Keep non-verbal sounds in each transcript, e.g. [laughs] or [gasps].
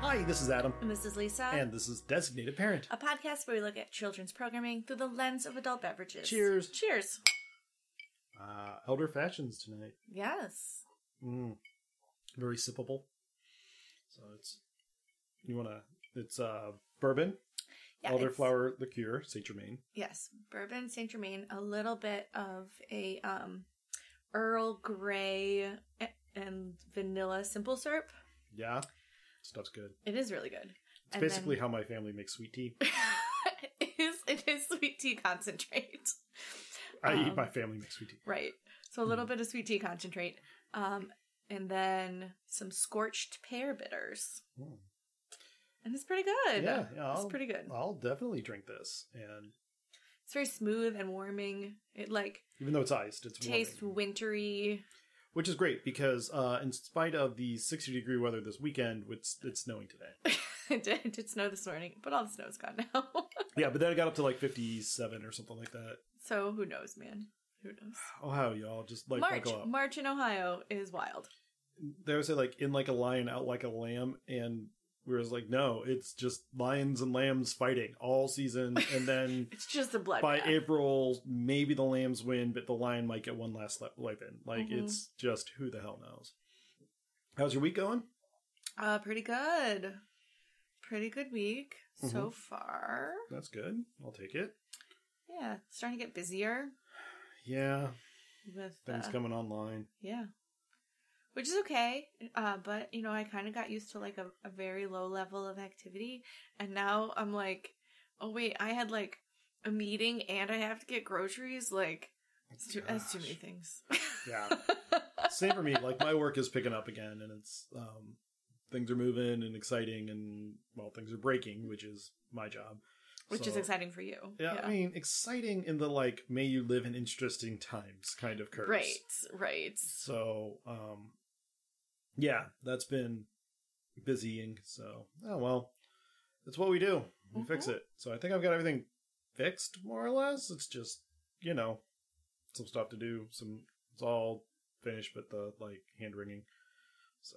Hi, this is Adam, And this is Lisa. and this is Designated Parent. a podcast where we look at children's programming through the lens of adult beverages. Cheers. Cheers. Uh, Elder Fashions tonight. Yes. Mm. Very sippable. So it's you want to. It's uh, bourbon, Yeah, it's- elderflower liqueur, Saint Germain. Yes. Bourbon Saint Germain, a little bit of a um Earl Grey a- and vanilla simple syrup. Yeah, stuff's good. It is really good. It's [laughs] basically how my family makes sweet tea. it is it is sweet tea concentrate. [laughs] I Um, eat my Mm. family makes sweet tea. Right. So a little bit of sweet tea concentrate. Um and then some scorched pear bitters. Mm. And it's pretty good. Yeah, yeah, It's I'll- pretty good. I'll definitely drink this, and It's very smooth and warming. It like even though it's iced, it's warming. tastes wintry. which is great because uh, in spite of the sixty degree weather this weekend, it's it's snowing today. [laughs] it, did, it did snow this morning, but all the snow's gone now. [laughs] Yeah, but then it got up to like 57 or something like that. so who knows, man? Who knows? Ohio, y'all, just like March, buckle up. March in Ohio is wild. They always say like in like a lion, out like a lamb, and we were just like, no, it's just lions and lambs fighting all season, [laughs] and then It's just a blood. by April, maybe the lambs win, but the lion might get one last le- life in. Like Mhm. it's just who the hell knows. How's your week going? uh, pretty good. Pretty good week Mm-hmm. so far. That's good. I'll take it. Yeah, starting to get busier Yeah, with things uh, coming online. Yeah. Which is okay, uh, but you know, I kind of got used to like a, a very low level of activity, and now I'm like, oh wait, I had like a meeting and I have to get groceries. Like, it's too, that's too many Gosh. things. [laughs] Yeah. same for me like my work is picking up again and it's um things are moving and exciting and well things are breaking which is my job Which is So- exciting for you. yeah, i mean exciting in the like may you live in interesting times kind of curse right, right. so um yeah that's been busying so oh well that's what we do we fix it so i think i've got everything fixed more or less it's just you know some stuff to do some it's all finished but the like hand wringing so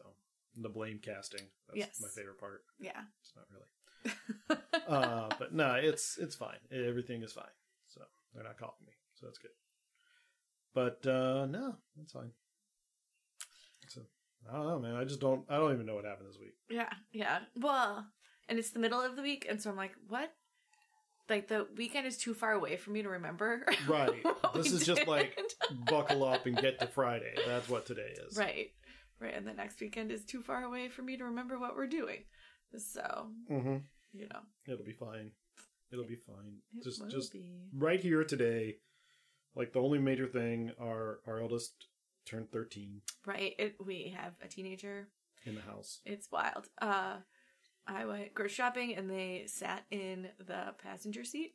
and the blame casting that's Yes. my favorite part Yeah. it's not really [laughs] uh but no it's it's fine everything is fine so they're not calling me so that's good but uh no that's fine so i don't know man i just don't i don't even know what happened this week Yeah, yeah. Well, and it's the middle of the week, and so I'm like, what? Like the weekend is too far away for me to remember. [laughs] [laughs] right what this we is [laughs] just like Oh, did. buckle up and get to friday that's what today is Right. Right. And the next weekend is too far away for me to remember what we're doing. So, mm-hmm. you know, it'll be fine it'll be fine it just will just be. right here today like the only major thing our our eldest turned 13 Right. It, we have a teenager. in the house It's wild. Uh, I went grocery shopping and they sat in the passenger seat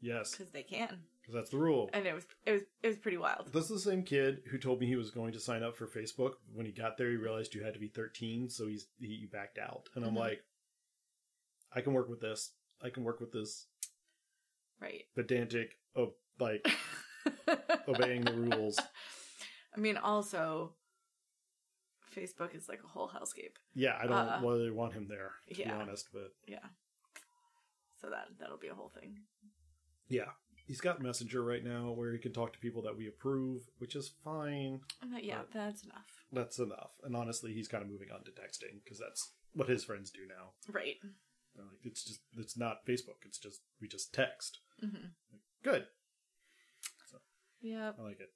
yes because they can. because that's the rule And it was, it was, it was pretty wild. This is the same kid who told me he was going to sign up for Facebook. When he got there, he realized you had to be 13, so he's he backed out. And I'm Mhm. like, I can work with this. I can work with this Right. [laughs] pedantic of like obeying the rules. I mean, also, Facebook is like a whole hellscape. Yeah, I don't Uh, really want him there to yeah. be honest. But So that, that'll be a whole thing. yeah, he's got Messenger right now where he can talk to people that we approve, which is fine. But Uh, yeah, Right. that's enough. That's enough. And honestly, he's kind of moving on to texting because that's what his friends do now. Right. They're like, it's just it's not Facebook. It's just we just text. Mm-hmm. Good. Yep. I like it.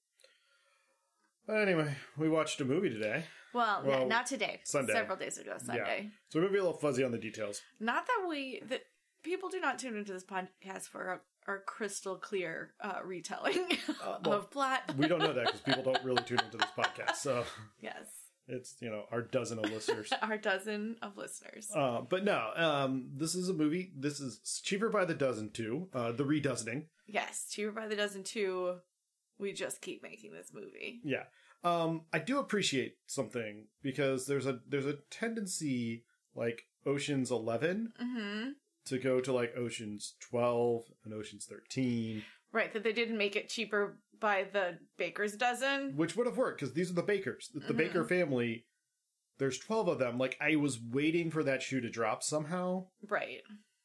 But anyway, we watched a movie today, Well, n- Well, not today. Sunday. Several days ago, Sunday. so we might be a little fuzzy on the details. Not that we that people do not tune into this podcast for our, our crystal clear uh, retelling [laughs] Uh, well, of plot. We don't know that because people don't really tune into this podcast. So [laughs] yes, It's, you know, our dozen of listeners. Our dozen of listeners. Uh, but no, um, this is a movie. This is cheaper by the dozen too. Uh, the redozening. yes, Cheaper by the Dozen too. We just keep making this movie. Yeah. Um, I do appreciate something because there's a there's a tendency like Ocean's Eleven hmm to go to like Ocean's Twelve and Ocean's Thirteen, Right, that they didn't make it cheaper by the baker's dozen. which would have worked because these are the Bakers, the Mhm. Baker family. There's twelve of them. Like I was waiting for that shoe to drop somehow, Right.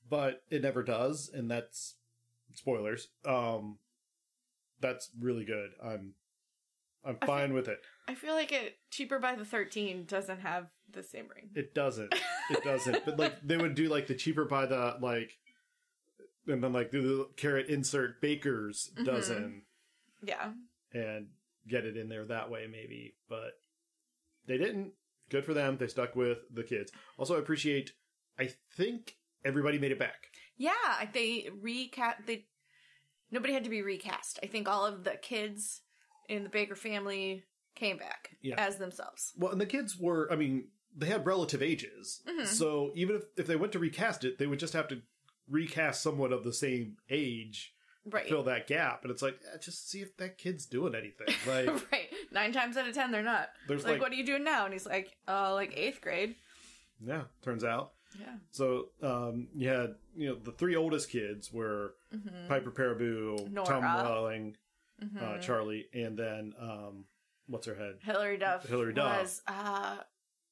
but it never does, and that's spoilers. Um, that's really good. I'm I'm I fine with it. I feel like it cheaper by the 13 doesn't have the same ring. It doesn't. It doesn't. but like they would do like the cheaper by the like, and then like do the carrot insert bakers Mhm. dozen Yeah. and get it in there that way maybe. But they didn't. Good for them. They stuck with the kids. Also, I appreciate. I think everybody made it back. Yeah, I- they recast they nobody had to be recast. I think all of the kids in the Baker family came back Yeah. as themselves. Well, and the kids were. I mean, they had relative ages, Mhm. so even if if they went to recast it, they would just have to recast someone of the same age Right. [laughs] fill that gap. And it's like, eh, just see if that kid's doing anything. Like, right. 9 times out of 10 they're not. there's Like, like, what are you doing now? And he's like, "Uh, like 8th grade." yeah, turns out. Yeah. So, um, you had, you know, the three oldest kids were Mhm. Piper Paraboo, Tom Nora. Welling, uh, Mhm. Charlie, and then, um, what's her head? Hillary Duff Hillary Duff. was uh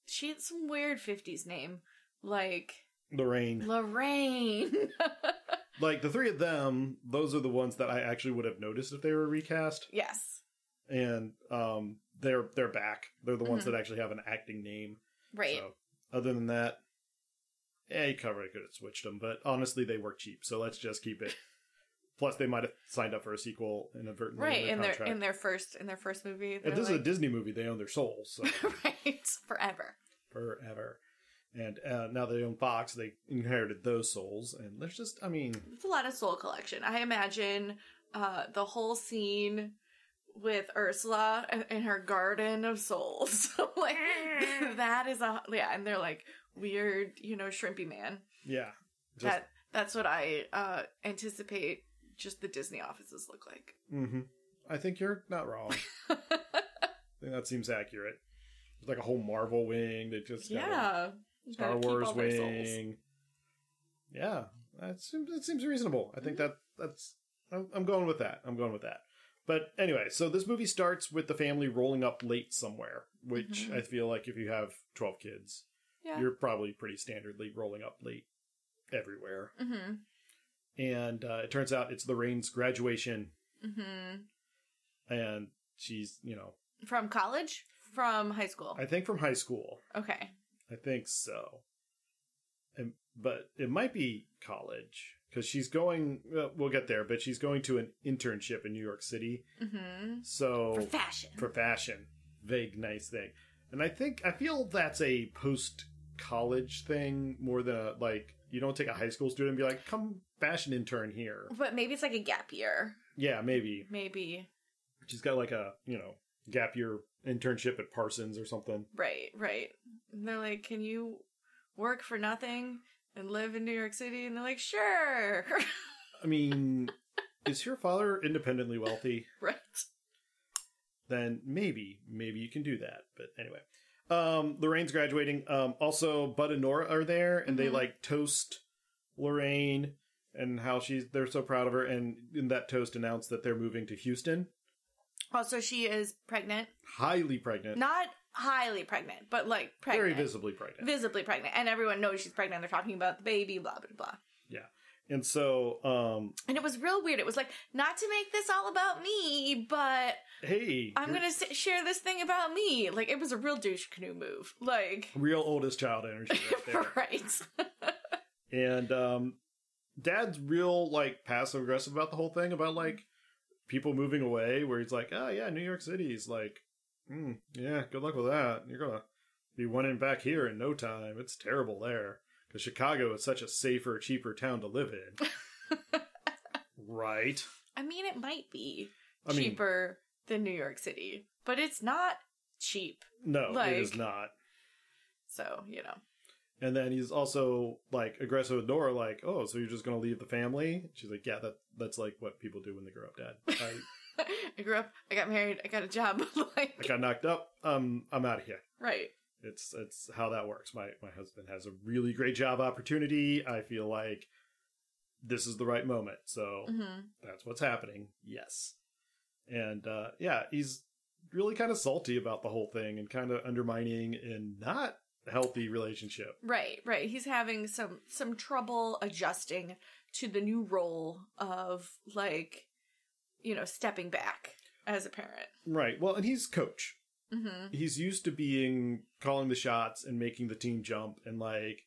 she had some weird 50s name like Lorraine. Lorraine. [laughs] Like, the three of them, those are the ones that I actually would have noticed if they were recast. yes. And, um, they're, they're back. They're the ones Mhm. that actually have an acting name. Right. So, other than that, yeah, you covered it. Could have switched them, but honestly, they work cheap. So let's just [laughs] keep it. Plus, they might have signed up for a sequel inadvertently. right in in their their contract. in their first in their first movie If they're this is a like, Disney movie, they own their soul so [laughs] right forever forever. And uh, now they own Fox. They inherited those souls, and there's just, I mean, it's a lot of soul collection i imagine uh the whole scene with ursula in- in her garden of souls [laughs] like that is a yeah and they're like weird you know shrimpy man yeah, just that that's what i uh anticipate just the disney offices look like Mm-hmm. I think you're [laughs] not wrong. I think that seems accurate. There's like a whole Marvel wing. They just got a yeah You gotta Star keep Wars all their souls. wing. Yeah, that seems, that seems reasonable. I Mm-hmm. think that that's I'm, I'm going with that. I'm going with that. But anyway, so this movie starts with the family rolling up late somewhere, which Mhm. I feel like if you have 12 kids, yeah you're probably pretty standardly rolling up late everywhere. mm-hmm And uh, it turns out it's Lorraine's graduation, mm-hmm and she's you know from college from high school I think from high school. okay I think so. And, but it might be college because she's going. Uh, we'll get there, but she's going to an internship in New York City. mm-hmm So for fashion. for fashion, vague, nice thing. And I think I feel that's a post college thing more than a, like you don't take a high school student and be like, "Come fashion intern here." but maybe it's like a gap year. Yeah, maybe Maybe. she's got like a you know gap year internship at Parsons or something. Right, right. And they're like, can you work for nothing and live in New York City? And they're like, sure. [laughs] I mean, is your father independently wealthy? right. then maybe, maybe you can do that. But anyway, um, Lorraine's graduating. Um, also, Bud and Nora are there, and they Mhm. like toast Lorraine and how she's they're so proud of her. And in that toast, announced that they're moving to Houston, Also, she is pregnant. highly pregnant, Not highly pregnant, but like pregnant. very visibly pregnant. Visibly pregnant. And everyone knows she's pregnant. They're talking about the baby, blah, blah, blah. and so, um, And it was real weird. It was like, not to make this all about me, but hey, I'm you're going to share this thing about me. Like, it was a real douche canoe move. Like, real oldest child energy [laughs] [laughs] right there. right. and um dad's real like passive aggressive about the whole thing about like people moving away where he's like oh yeah new york city's like mm, yeah good luck with that you're gonna be wanting back here in no time it's terrible there because chicago is such a safer cheaper town to live in right I mean, it might be i mean cheaper than New York City, but it's not cheap. No, it is Like- not. So, you know. [laughs] And then he's also like aggressive with Nora, like, "Oh, so you're just gonna leave the family?" She's like, "Yeah, that that's like what people do when they grow up, Dad. I, I grew up, I got married, I got a job. [laughs] like, I got knocked up. Um, I'm out of here. right. It's it's how that works. My my husband has a really great job opportunity. I feel like this is the right moment. So hmm that's what's happening. Yes, and uh, yeah, he's really kind of salty about the whole thing and kind of undermining and not healthy relationship. Right, right. He's having some some trouble adjusting to the new role of like, you know, stepping back as a parent. Right. Well, and he's coach. hmm he's used to being calling the shots and making the team jump and like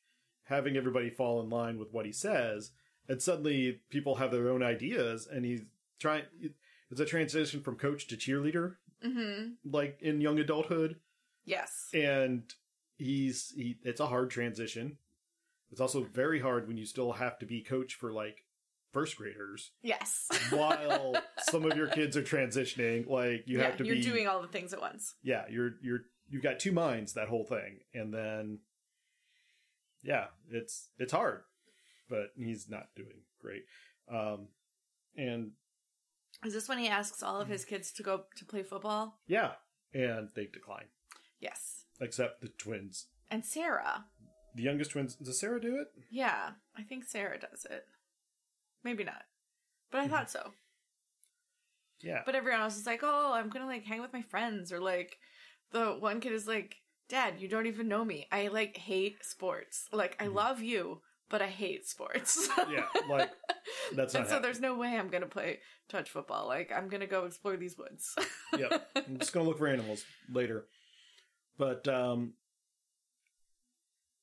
having everybody fall in line with what he says and suddenly people have their own ideas and he's trying it's a transition from coach to cheerleader hmm like in young adulthood Yes. and he's he it's a hard transition it's also very hard when you still have to be coach for like [laughs] first graders Yes. while some of your kids are transitioning like you [laughs] yeah, have to you're be doing all the things at once. yeah, you're you're you've got two minds that whole thing, and then yeah, it's it's hard, but he's not doing great. Um, and Is this when he asks all of his kids to go to play football? yeah, and they decline, Yes. except the twins, And Sarah. the youngest twins. Does Sarah do it? Yeah, I think Sarah does it. Maybe not. But I Mm-hmm. thought so. Yeah, But everyone else is like, "Oh, I'm going to like hang with my friends." Or like the one kid is like, "Dad, you don't even know me. I like hate sports. Like I Mhm. love you, but I hate sports." [laughs] [laughs] yeah, like that's and not. so there's no way I'm going to play touch football. Like I'm going to go explore these woods. [laughs] happening. yep, I'm just gonna look for animals later. But um,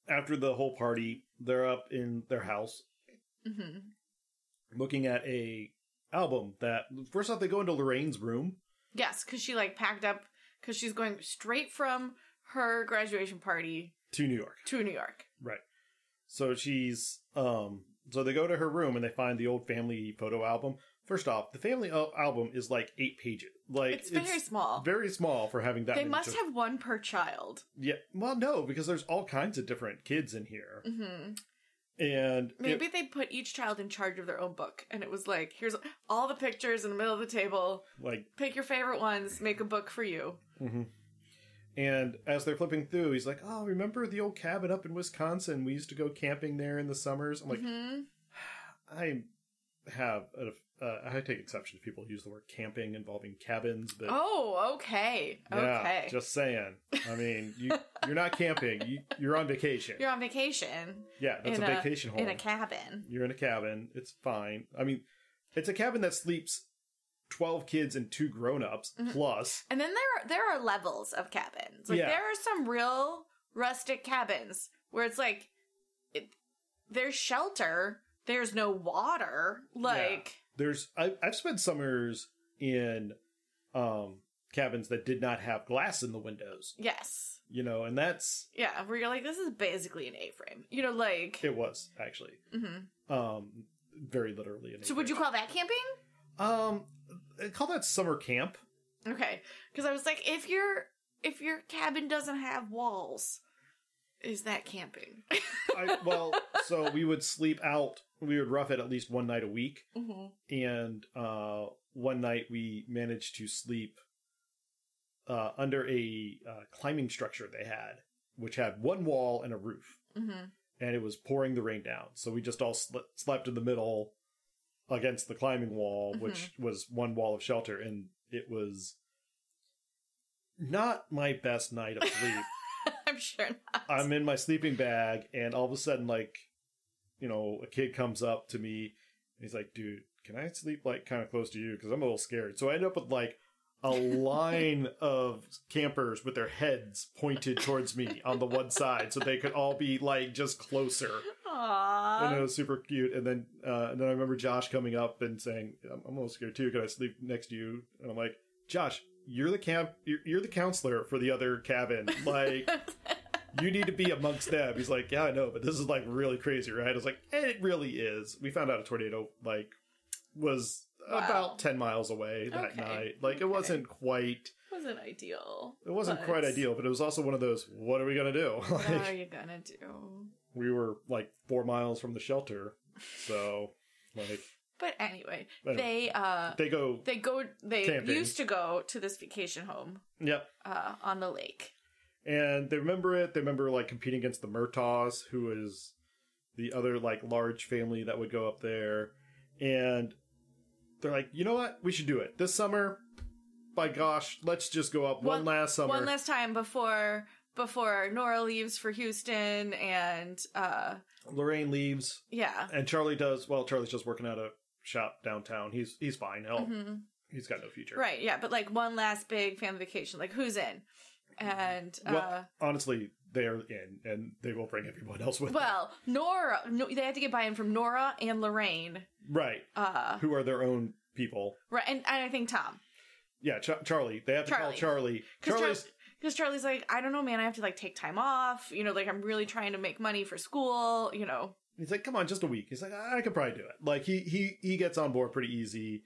after the whole party, they're up in their house hmm looking at a album that first off they go into Lorraine's room. Yes, because she like packed up because she's going straight from her graduation party to New York. to New York. Right. So she's um so they go to her room and they find the old family photo album. First off, the family al- album is like 8 pages. Like it's very small. very small for having that they many must chil- have one per child. Yeah. Well, no, because there's all kinds of different kids in here. hmm And it- Maybe they put each child in charge of their own book, and it was like, here's all the pictures in the middle of the table. like Pick your favorite ones. Make a book for you. hmm And as they're flipping through, he's like, "Oh, remember the old cabin up in Wisconsin? We used to go camping there in the summers." I'm like, hmm I have a, uh, I take exception to people who use the word camping involving cabins, but Oh, okay, yeah, okay. just saying. I mean, [laughs] you you're not camping. You, you're on vacation. You're on vacation yeah, that's in a, a- vacation home. in a cabin. you're in a cabin. It's fine. I mean, it's a cabin that sleeps twelve kids and two grown-ups Mhm. plus. And then there are there are levels of cabins. Like Yeah. there are some real rustic cabins where it's like it, there's shelter, there's no water, like There's I, I've spent summers in um cabins that did not have glass in the windows. yes. You know, and that's Yeah, where you're like this is basically an A-frame. You know like it was actually mhm. um very literally. an So would you call that camping? Um, I call that summer camp. Okay. Cuz I was like if your if your cabin doesn't have walls, is that camping? I, well, so we would sleep out. We would rough it at least one night a week, Mhm. and uh, one night we managed to sleep uh, under a uh, climbing structure they had, which had one wall and a roof, Mhm. and it was pouring the rain down. So we just all sl- slept in the middle against the climbing wall, which was one wall of shelter, and it was not my best night of sleep. [laughs] I'm sure not. [laughs] I'm in my sleeping bag, and all of a sudden, like, you know, a kid comes up to me, and he's like, "Dude, can I sleep like kind of close to you? Because I'm a little scared." So I end up with like a line of campers with their heads pointed towards me on the one side, so they could all be like just closer. Aww. And it was super cute. And then, uh, and then I remember Josh coming up and saying, "I'm, I'm a little scared too. Can I sleep next to you?" And I'm like, "Josh." You're the camp. You're, you're the counselor for the other cabin. [laughs] Like, you need to be amongst them. He's like, yeah, I know, but this is like really crazy, right? I was like, "Eh, it really is. We found out a tornado like was Wow. about ten miles away that Okay. night. Like Okay. it wasn't quite. wasn't ideal. It wasn't but- quite ideal, but it was also one of those, what are we going to do? [laughs] What are like, you gonna do? we were like four miles from the shelter. So, like, But anyway, Anyway. they uh they go, they go they Camping. used to go to this vacation home yep. uh on the lake. And they remember it. They remember like competing against the Murtaugh, who is the other like large family that would go up there. And they're like, you know what? We should do it this summer. By gosh, let's just go up one, One- last summer. One last time before before Nora leaves for Houston and uh Lorraine leaves, yeah. and Charlie does. Well, Charlie's just working at a shop downtown. He's he's fine. He'll, hmm He's got no future. Right, yeah, but like one last big family vacation, like who's in? And uh Mm-hmm. Well, honestly, they're in, and they will bring everyone else with. them. well, Nora no, they had to get buy-in from Nora and Lorraine. right, Uh who are their own people. right and, and I think Tom. Yeah, Ch- Charlie. They have to call Charlie. Because Charlie's Charlie's like, I don't know, man. I have to like take time off. You know, like I'm really trying to make money for school. You know, He's like, come on, just a week. He's like, I, I could probably do it. Like he he he gets on board pretty easy.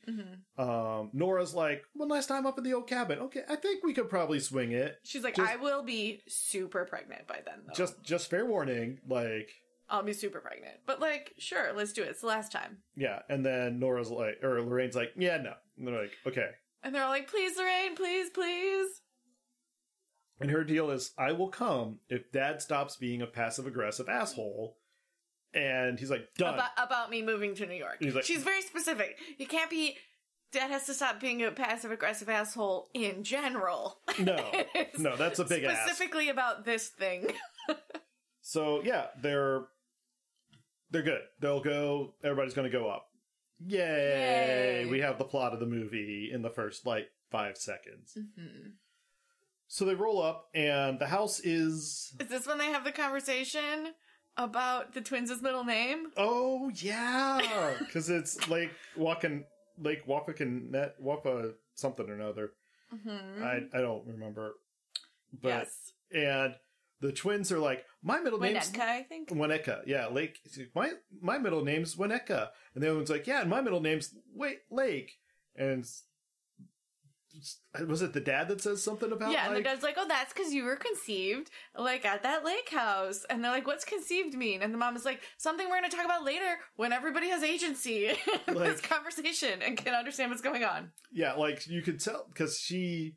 Um, Nora's like, one last time up in the old cabin. Okay, I think we could probably swing it. she's like, Just- I will be super pregnant by then. Though. Just just fair warning, like I'll be super pregnant. But like, sure, let's do it. It's the last time. yeah. And then Nora's like, or Lorraine's like, yeah, no. And they're like, okay. And they're all like, please, Lorraine, please, please. And her deal is, I will come if Dad stops being a passive aggressive asshole. And he's like, done. About, about me moving to New York. He's like- she's very specific. You can't be. Dad has to stop being a passive aggressive asshole in general. no, Oh, [laughs] no, that's a big ass. Specifically about this thing. So yeah, they're they're good. They'll go. Everybody's going to go up. Yay! Yay. We have the plot of the movie in the first like five seconds. Mm-hmm. So they roll up, and the house is. Is this when they have the conversation about the twins' middle name? Oh [laughs] yeah, because it's Lake Wakan, Lake Wapakinet, Wapa something or another. Mm-hmm. I I don't remember. But yes. and the twins are like, my middle name's Winnetka, I think. Wineka, yeah, Lake. My my middle name's Wineka, and the other one's like, yeah, and my middle name's wait Lake, and s- s- was it the dad that says something about yeah, and the like, dad's like, oh, that's because you were conceived, like, at that lake house. And they're like, what's conceived mean? And the mom is like, something we're going to talk about later when everybody has agency [laughs] in this Like- conversation and can understand what's going on. yeah, like you could tell because she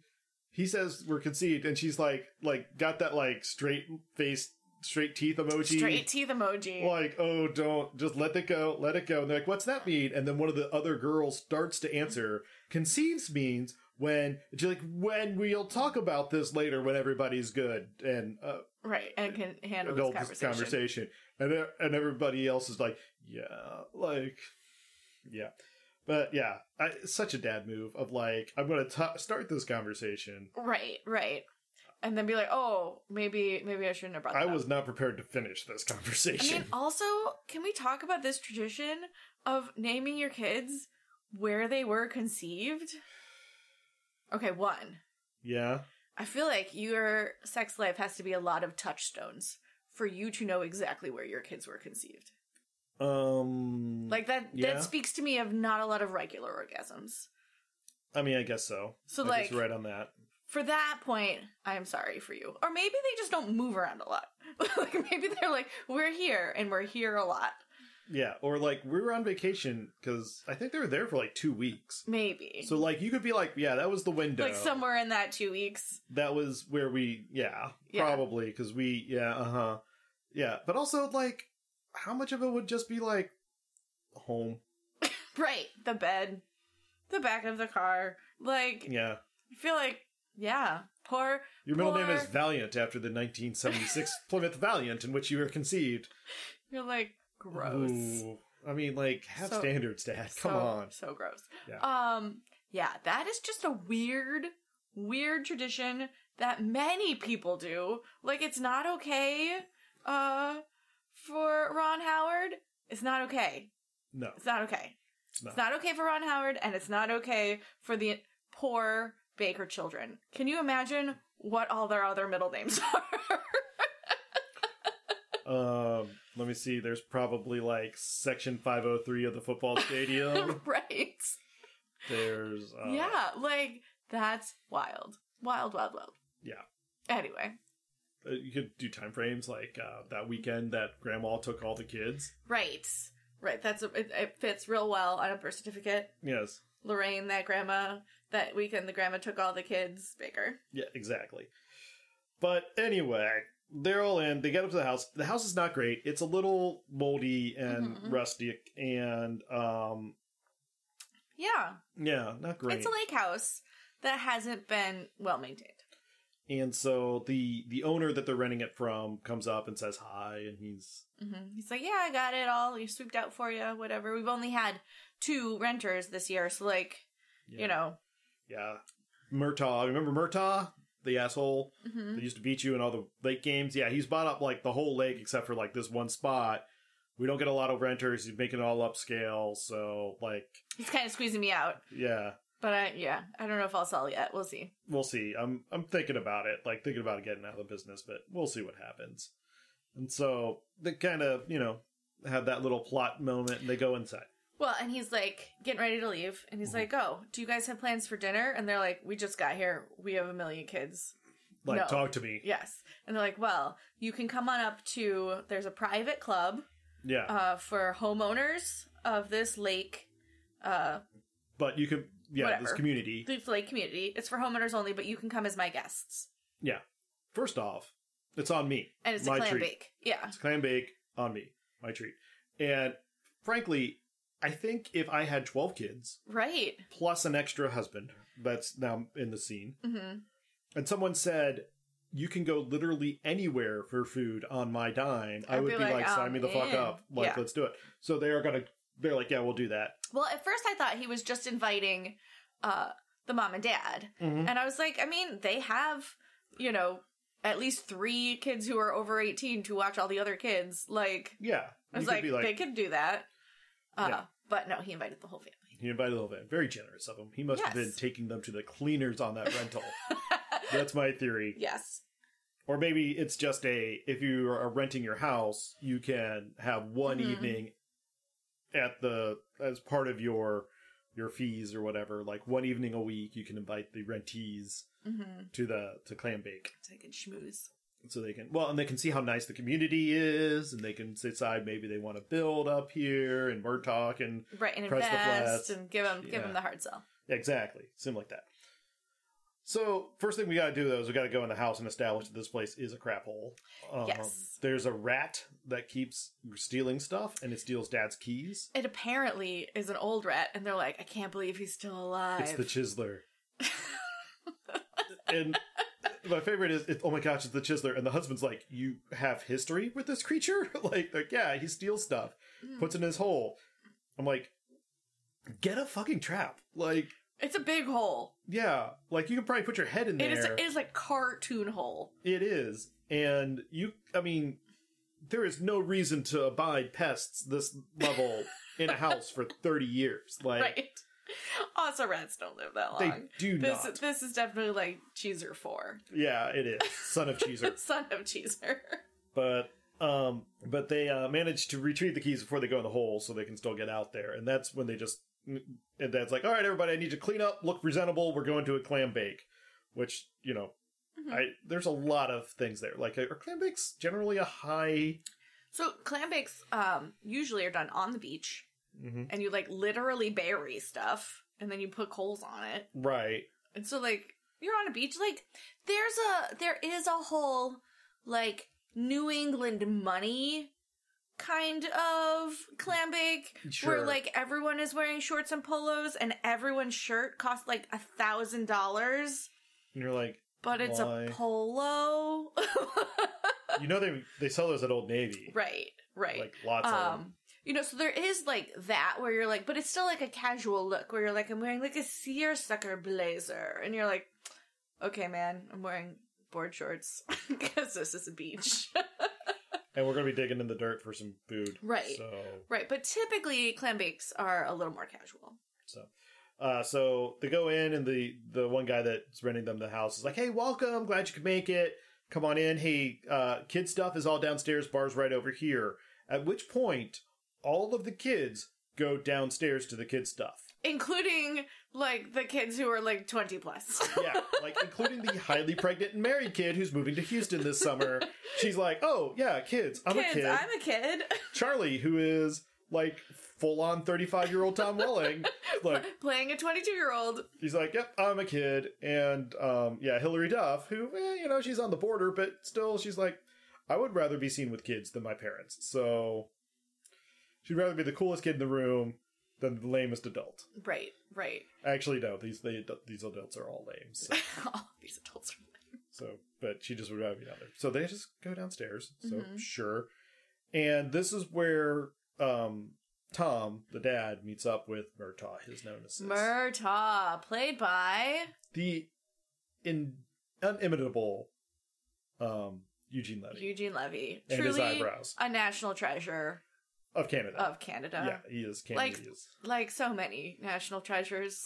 he says we're conceived, and she's like like got that like straight face, straight teeth emoji, Straight teeth emoji. like oh don't just let it go, let it go. And they're like, what's that mean? And then one of the other girls starts to answer. Conceives means when and she's like when we'll talk about this later when everybody's good and uh, right, and can handle adult this conversation. conversation. and e- and everybody else is like, yeah, like, yeah, but yeah, I, it's such a dad move of like, I'm gonna t- start this conversation. Right, right. And then be like, oh, maybe maybe I shouldn't have brought that I up. was not prepared to finish this I conversation. [laughs] mean, also, can we talk about this tradition of naming your kids where they were conceived? Okay, one. yeah, I feel like your sex life has to be a lot of touchstones for you to know exactly where your kids were conceived. um, Like that Yeah. that speaks to me of not a lot of regular orgasms. I mean, I guess so. So I like guess you're right on that. for that point, I am sorry for you. Or maybe they just don't move around a lot. [laughs] like maybe they're like we're here and we're here a lot. Yeah, or like we were on vacation because I think they were there for like two weeks. Maybe. So like you could be like, yeah, that was the window. like somewhere in that 2 weeks. that was where we yeah, Yeah. probably because we yeah uh-huh yeah but also like how much of it would just be like home Right. The bed, the back of the car. Like, yeah I feel like, yeah, poor. your middle name Or- is valiant after [laughs] the 1976 plymouth valiant in which you were conceived You're like, gross. Ooh. i mean like have So- standards dad come so, on So gross. Yeah. Um, yeah, that is just a weird, weird tradition that many people do. Like, it's not okay, uh, for Ron Howard. It's not okay. no It's not okay. it's not It's not okay for Ron Howard, and it's not okay for the poor Baker children. Can you imagine what all their other middle names [laughs] are? um let me see there's probably like section 503 of [laughs] the football stadium right. there's uh, yeah, like that's wild. Wild, wild, wild. Yeah. Anyway, Uh, You could do time frames like uh, that weekend that grandma took all the kids. right, right. That's a, it, it fits real well on a birth certificate. Yes. Lorraine, that grandma, that weekend the grandma took all the kids. Baker. Yeah, exactly. But anyway, they're all in. They get up to the house. The house is not great. It's a little moldy and Mhm. rustic and um Yeah, yeah, not great. it's a lake house that hasn't been well maintained. and so the the owner that they're renting it from comes up and says hi and he's hmm He's like, yeah, I got it all. You swooped out for you, whatever. We've only had two renters this year, so like, you know, Yeah. Murtaugh, remember Murtaugh? The asshole hmm that used to beat you in all the lake games. Yeah, he's bought up like the whole lake except for like this one spot. We don't get a lot of renters. He's making it all upscale, so like, he's kind of squeezing me out. yeah. But I, yeah, I don't know if I'll sell yet. We'll see. we'll see. I'm I'm thinking about it, like thinking about getting out of the business, but we'll see what happens. And so they kind of, you know, have that little plot moment, and they go inside. Well, and he's like getting ready to leave, and he's Mhm. like, "Oh, do you guys have plans for dinner?" And they're like, "We just got here. We have a million kids." Like, No. talk to me. Yes, and they're like, "Well, you can come on up to. There's a private club Yeah, uh, for homeowners of this lake, uh, but you can, yeah, this whatever. community. the lake community. It's for homeowners only, but you can come as my guests." First off, it's on me. And it's My a clam treat. bake. Yeah. It's clam bake on me, my treat. And frankly, I think if I had twelve kids Right. plus an extra husband that's now in the scene, hmm and someone said. You can go literally anywhere for food on my dime. I I'd would be be, like, like, "Oh, sign me the fuck man." up. Yeah. Like, let's do it. So they are gonna. They're like, yeah, we'll do that. Well, at first I thought he was just inviting uh, the mom and dad. Mhm. And I was like, I mean, they have, you know, at least three kids who are over 18 to watch all the other kids. Like, Yeah, I was You could like, be they could do that. Uh, Yeah. But no, he invited the whole family. he invited a little bit. Very generous of him. He must have been Yes. taking them to the cleaners on that rental. [laughs] That's my theory. Yes. Or maybe it's just a if you are renting your house, you can have one Mhm. evening at the as part of your your fees or whatever. Like one evening a week, you can invite the rentees Mm-hmm. to the to clam bake. So I could schmooze. so they can well and they can see how nice the community is and they can decide maybe they want to build up here and we're talking Right. And Press the invest flats. and give him, give Yeah. him the hard sell. exactly something like that so first thing we got to do though is we got to go in the house and establish that this place is a crap hole um, Yes. there's a rat that keeps stealing stuff and it steals dad's keys It apparently is an old rat, and they're like, I can't believe he's still alive. it's the chiseler and my favorite is it's, oh my gosh it's the chiseler and the husband's like you have history with this creature [laughs] like, like yeah he steals stuff Mm. puts it in his hole. I'm like, get a fucking trap. Like, It's a big hole. yeah, like you can probably put your head in there. It is, it is like cartoon hole. It is. And you, I mean, there is no reason to abide pests this level in a house for 30 years. Like, right. [laughs] Also, rats don't live that they long. do This not. this is definitely like Cheeser four, Yeah, it is. Son of Cheeser. [laughs] son of Cheeser. but. Um, but they uh, manage to retrieve the keys before they go in the hole, so they can still get out there. And that's when they just and Dad's like, "All right, everybody, I need to clean up, look presentable. We're going to a clam bake," which you know Mm-hmm. I there's a lot of things there. Like are clam bakes generally a high? so clam bakes um, usually are done on the beach, Mhm. and you like literally bury stuff, and then you put coals on it, Right. and so like you're on a beach. Like there's a there is a whole like New England money kind of clam bake Sure. where like everyone is wearing shorts and polos and everyone's shirt costs like a thousand dollars And you're like, but it's Why? a polo [laughs] you know they they sell those at Old Navy, right right Like lots of them. um you know so there is like that where you're like but it's still like a casual look where you're like i'm wearing like a seersucker blazer and you're like okay man i'm wearing board shorts [laughs] because this is a [laughs] beach And we're gonna be digging in the dirt for some food. Right. So right but typically clam bakes are a little more casual so. Uh, so they go in, and the the one guy that's renting them the house is like, "Hey, welcome! Glad you could make it. Come on in. Hey, uh, kid stuff is all downstairs. Bars right over here." At which point, all of the kids go downstairs to the kid stuff. including like the kids who are like 20 [laughs] plus. [laughs] yeah, like including the highly pregnant and married kid who's moving to Houston this summer. She's like, oh yeah, kids. I'm kids, a kid. I'm a kid. Charlie, who is like full on 35 year old Tom Welling, [laughs] like Playing a 22 year old. he's like, yep, I'm a kid. And um, yeah, Hillary Duff, who eh, you know she's on the border, but still she's like, I would rather be seen with kids than my parents. So she'd rather be the coolest kid in the room than the lamest adult. Right, right. Actually, no, these they, these adults are all lame. So, [laughs] All of these adults are [laughs] so but she just would rather be down there. So they just go downstairs. So Mhm. sure, and this is where um, Tom, the dad, meets up with Murtaugh, his nemesis, Murtaugh, played by the in unimitable um, Eugene Levy Eugene Levy. and his Truly eyebrows a national treasure of Canada. of Canada. yeah, he is Like- Canadian. Like so many national [laughs] treasures.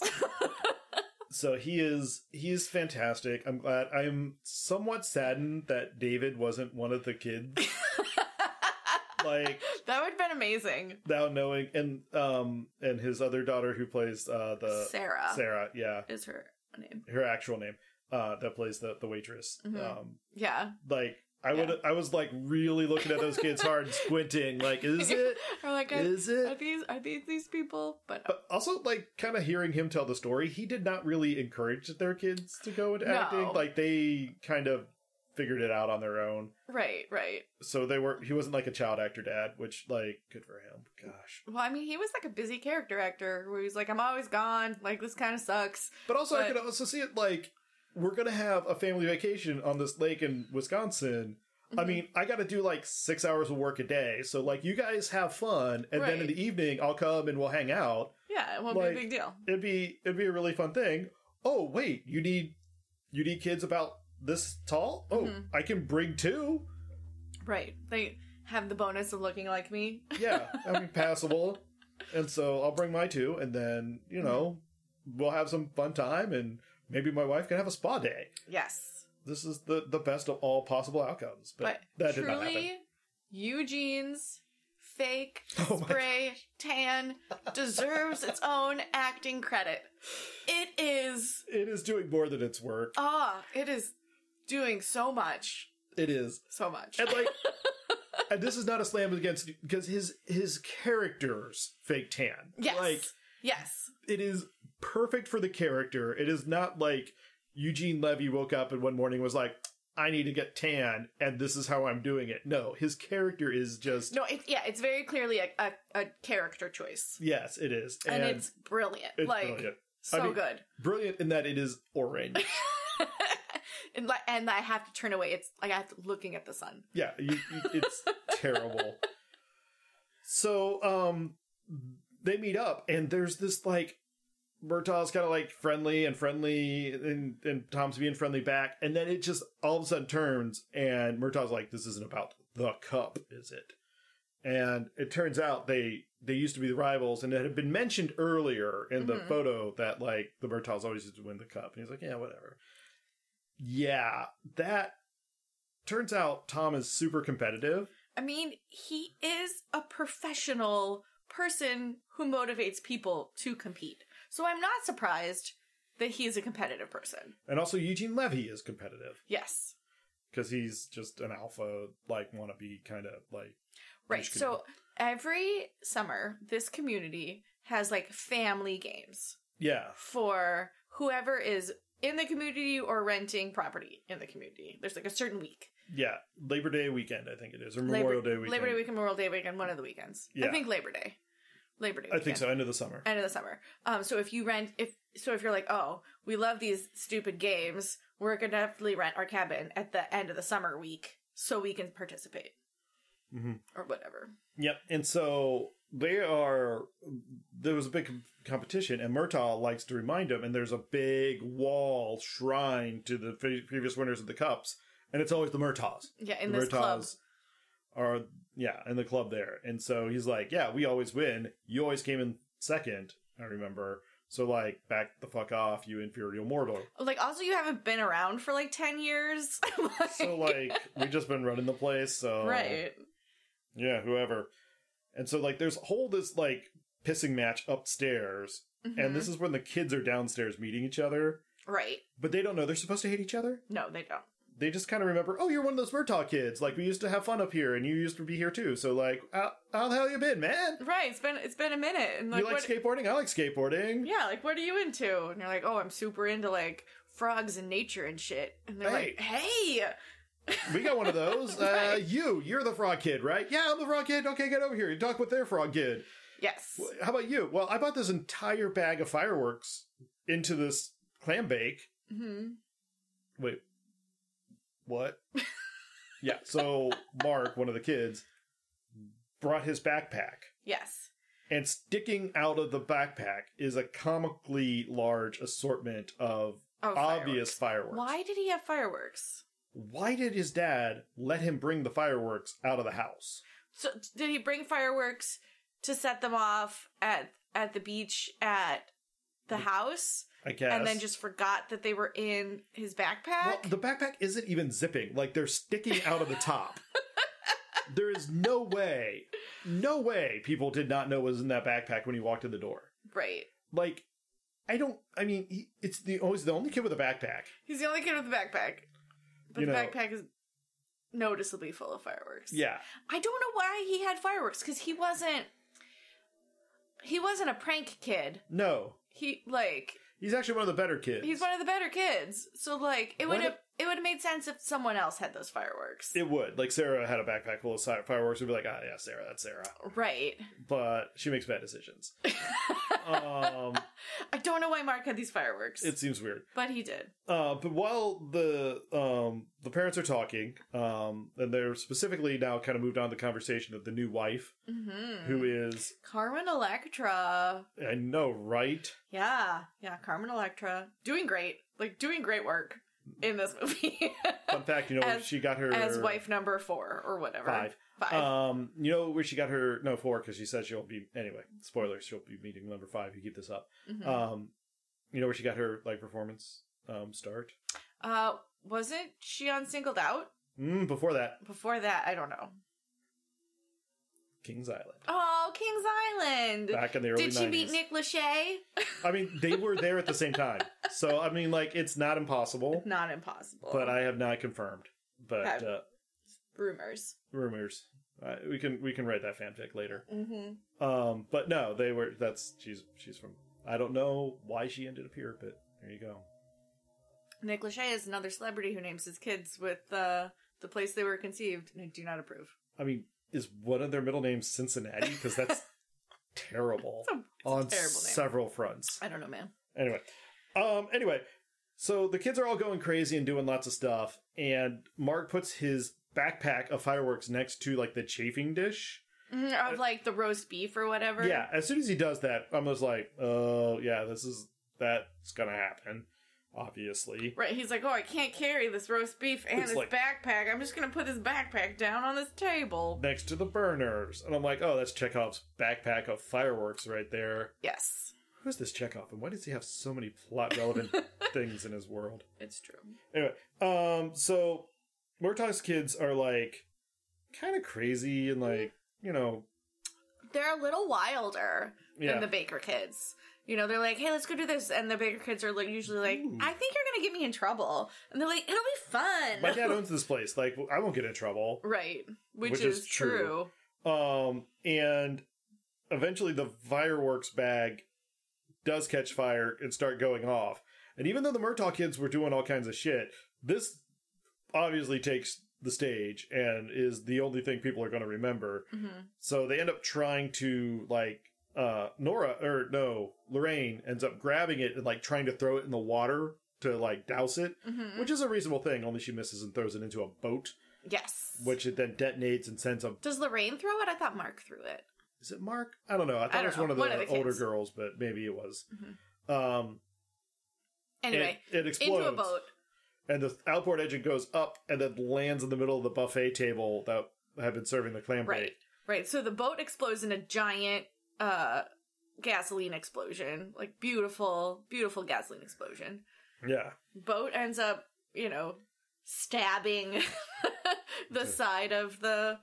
[laughs] so he is he is fantastic. I'm glad. I'm somewhat saddened that David wasn't one of the kids. [laughs] like that would have been amazing. now knowing and um and his other daughter who plays uh the Sarah, Sarah, yeah, is her name. her actual name uh that plays the the waitress. Mhm. Um Yeah. like I would I was like really looking at those kids [laughs] hard and squinting like is it Or like are, is are it these are these these people? But uh, but also like kind of hearing him tell the story he did not really encourage their kids to go into No. acting like they kind of figured it out on their own right, right. so they were he wasn't like a child actor dad which like good for him gosh Well, I mean, he was like a busy character actor where he's like, I'm always gone. Like this kind of sucks. But also, I But- could also see it like we're gonna have a family vacation on this lake in Wisconsin. I Mhm. mean, I got to do like six hours of work a day, so like you guys have fun, and then in Right. the evening I'll come and we'll hang out. yeah, it won't like- be a big deal. It'd be it'd be a really fun thing. Oh wait, you need you need kids about this tall? Oh, Mhm. I can bring two. Right. They have the bonus of looking like me. Yeah, that'd be [laughs] passable. And so I'll bring my two, and then Mm-hmm. you know we'll have some fun time, and maybe my wife can have a spa day. Yes. this is the the best of all possible outcomes. But, But, that did not happen. [laughs] truly, Eugene's fake Oh my spray tan deserves its own acting credit. It is It is doing more than its work. ah, it is doing so much, It is, so much. [laughs] and like, and this is not a slam against because his his character's fake tan. yes. like yes. it is perfect for the character. It is not like Eugene Levy woke up and one morning was like. I need to get tan, and this is how I'm doing it. No, his character is just No, it, yeah, it's very clearly a, a, a character choice. yes, it is, And, it's brilliant. it's like brilliant. so mean- good. [laughs] Brilliant in that it is orange. and like and I have to turn away. It's like I have to looking at the sun. Yeah, you, you- it's terrible. So, um, they meet up, and there's this like Murtaugh's kind of like friendly and friendly, and and Tom's being friendly back, and then it just all of a sudden turns, and Murtaugh's like, "This isn't about the cup, is it?" And it turns out they they used to be the rivals, and it had been mentioned earlier in the Mhm. photo that like the Murtaugh's always used to win the cup, and he's like, "Yeah, whatever." Yeah, that turns out Tom is super competitive. I mean, he is a professional person who motivates people to compete. So I'm not surprised that he is a competitive person. And also Eugene Levy is competitive Yes. because he's just an alpha like wannabe kind of like Right. Which could- So every summer, this community has like family games yeah. for whoever is in the community or renting property in the community. There's like a certain week. Yeah, Labor Day weekend I think it is or Labor, Memorial Day weekend. Labor Day weekend, Memorial Day weekend, one of the weekends. Yeah. I think Labor Day. Labor Day I weekend. think so end of the summer. end of the summer. Um, so if you rent, if so, if you're like, oh, we love these stupid games, we're gonna definitely rent our cabin at the end of the summer week so we can participate hmm or whatever. Yep. And so they are there was a big com- competition and Murtaugh likes to remind him and there's a big wall shrine to the pre- previous winners of the cups and it's always the Murtaughs. Yeah, in the this club, Murtaughs are yeah in the club there, and so he's like, yeah, we always win. You always came in second, I remember. So like, back the fuck off, you inferior [laughs] mortal. like also you haven't been around for like ten years, [laughs] Like, So like, we just been running the place, so right? yeah, whoever. And so like, there's whole this like pissing match upstairs, And this is when the kids are downstairs meeting each other, Mm-hmm. right. but they don't know they're supposed to hate each other. No, they don't. They just kind of remember, oh, you're one of those Murtaugh kids. Like, we used to have fun up here, and you used to be here too. So, like, how, how the hell you been, man? Right. It's been it's been a minute, and like, you like what, skateboarding? I like skateboarding. yeah, like what are you into? And you're like, oh, I'm super into like frogs and nature and shit. And they're Hey. like, hey, We got one of those. [laughs] uh, Right. you, you're the frog kid, right? Yeah, I'm the frog kid. Okay, get over here. You talk with their frog kid. yes, Wh- How about you? Well, I bought this entire bag of fireworks into this clam bake. hmm Wait, [laughs] what? yeah, so Mark, one of the kids, brought his backpack. yes, And sticking out of the backpack is a comically large assortment of oh, obvious fireworks. fireworks. Why did he have fireworks? Why did his dad let him bring the fireworks out of the house? So did he bring fireworks to set them off at at the beach at the house, I guess. and then just forgot that they were in his Well, backpack? the backpack isn't even zipping. Like they're sticking out of [laughs] the top. there is no way, no way people did not know what was in that backpack when he walked in the door. right. Like, I don't. I mean, he, it's the always the only kid with a backpack. He's the only kid with a backpack, but You the know- backpack is noticeably full of fireworks. Yeah, I don't know why he had fireworks because he wasn't he wasn't a prank kid. no, He like he's actually one of the better kids. he's one of the better kids. So like it What would have if- it would have made sense if someone else had those fireworks. it would like Sarah had a backpack full of si- fireworks. We'd be like, ah, yeah, Sarah, that's Sarah. right. But she makes [laughs] bad decisions. um, I don't know why Mark had these fireworks. it seems weird. but he did. Uh, but while the um, the parents are talking, um, and they're specifically now kind of moved on to the conversation of the new wife, Mm-hmm. who is Carmen Electra. I know, right? Yeah. Yeah, Carmen Electra. Doing great. Like doing great work in this movie. [laughs] Fun fact, you know, where As- she got her As wife number four or whatever. five. Five. Um, you know where she got her no four because she said she'll be anyway. Spoilers, she'll be meeting number five. if You keep this up. Mhm. Um, you know where she got her like performance um start. uh wasn't she on singled out? Mm, before that, Before that, I don't know. Kings Island. Oh, King's Island. Back in the early Did she 90s. meet Nick Lachey? I mean, they were there at the same [laughs] time, so I mean, like, it's not impossible. Not impossible. but I have not confirmed. But Okay. uh, rumors. rumors. Uh, we can we can write that fanfic later. Mm-hmm. Um, but no, they were. That's she's she's from. I don't know why she ended up here, but there you go. Nick Lachey is another celebrity who names his kids with uh, the place they were conceived, and I do not approve. I mean, is one of their middle names Cincinnati? [laughs] Because that's terrible It's a- on terrible name. several fronts. I don't know, man. Anyway, um, anyway, so the kids are all going crazy and doing lots of stuff, and Mark puts his backpack of fireworks next to like the chafing dish. Mm, Of like the roast beef or whatever. Yeah, as soon as he does that, I'm just like, oh yeah, this is that's gonna happen, obviously. Right, he's like, oh, I can't carry this roast beef and It's this like- backpack. I'm just gonna put this backpack down on this table. Next to the burners, and I'm like, oh, that's Chekhov's backpack of fireworks right there. Yes, Who's this Chekhov, and why does he have so many plot [laughs] relevant things in his world? it's true. Anyway, um, so Murtaugh's kids are like kind of crazy and like you know, They're a little wilder. yeah, and the Baker kids. You know, they're like, hey, let's go do this. And the Baker kids are like, usually like, Ooh. I think you're going to get me in trouble. And they're like, it'll be fun. [laughs] my dad owns this place. Like, I won't get in trouble. right. Which, Which is, is true. true. Um, and eventually the fireworks bag does catch fire and start going off. And even though the Murtaugh kids were doing all kinds of shit, this obviously takes the stage and is the only thing people are going to remember. Mhm. So they end up trying to like uh Nora or no, Lorraine ends up grabbing it and like trying to throw it in the water to like douse it, Mhm. which is a reasonable thing only she misses and throws it into a boat, Yes. which it then detonates and sends a Does Lorraine throw it? I thought Mark threw it. is it Mark? I don't know. I thought I it was don't one know. of the, One of the older kids. girls, but maybe it was. Mhm. Um, Anyway, it, it explodes into a boat. and the outboard engine goes up and then lands in the middle of the buffet table that had been serving the clam Right. bake. Right. So the boat explodes in a giant uh, gasoline explosion. Like, beautiful, beautiful gasoline explosion. Yeah, boat ends up, you know, stabbing [laughs] the side of the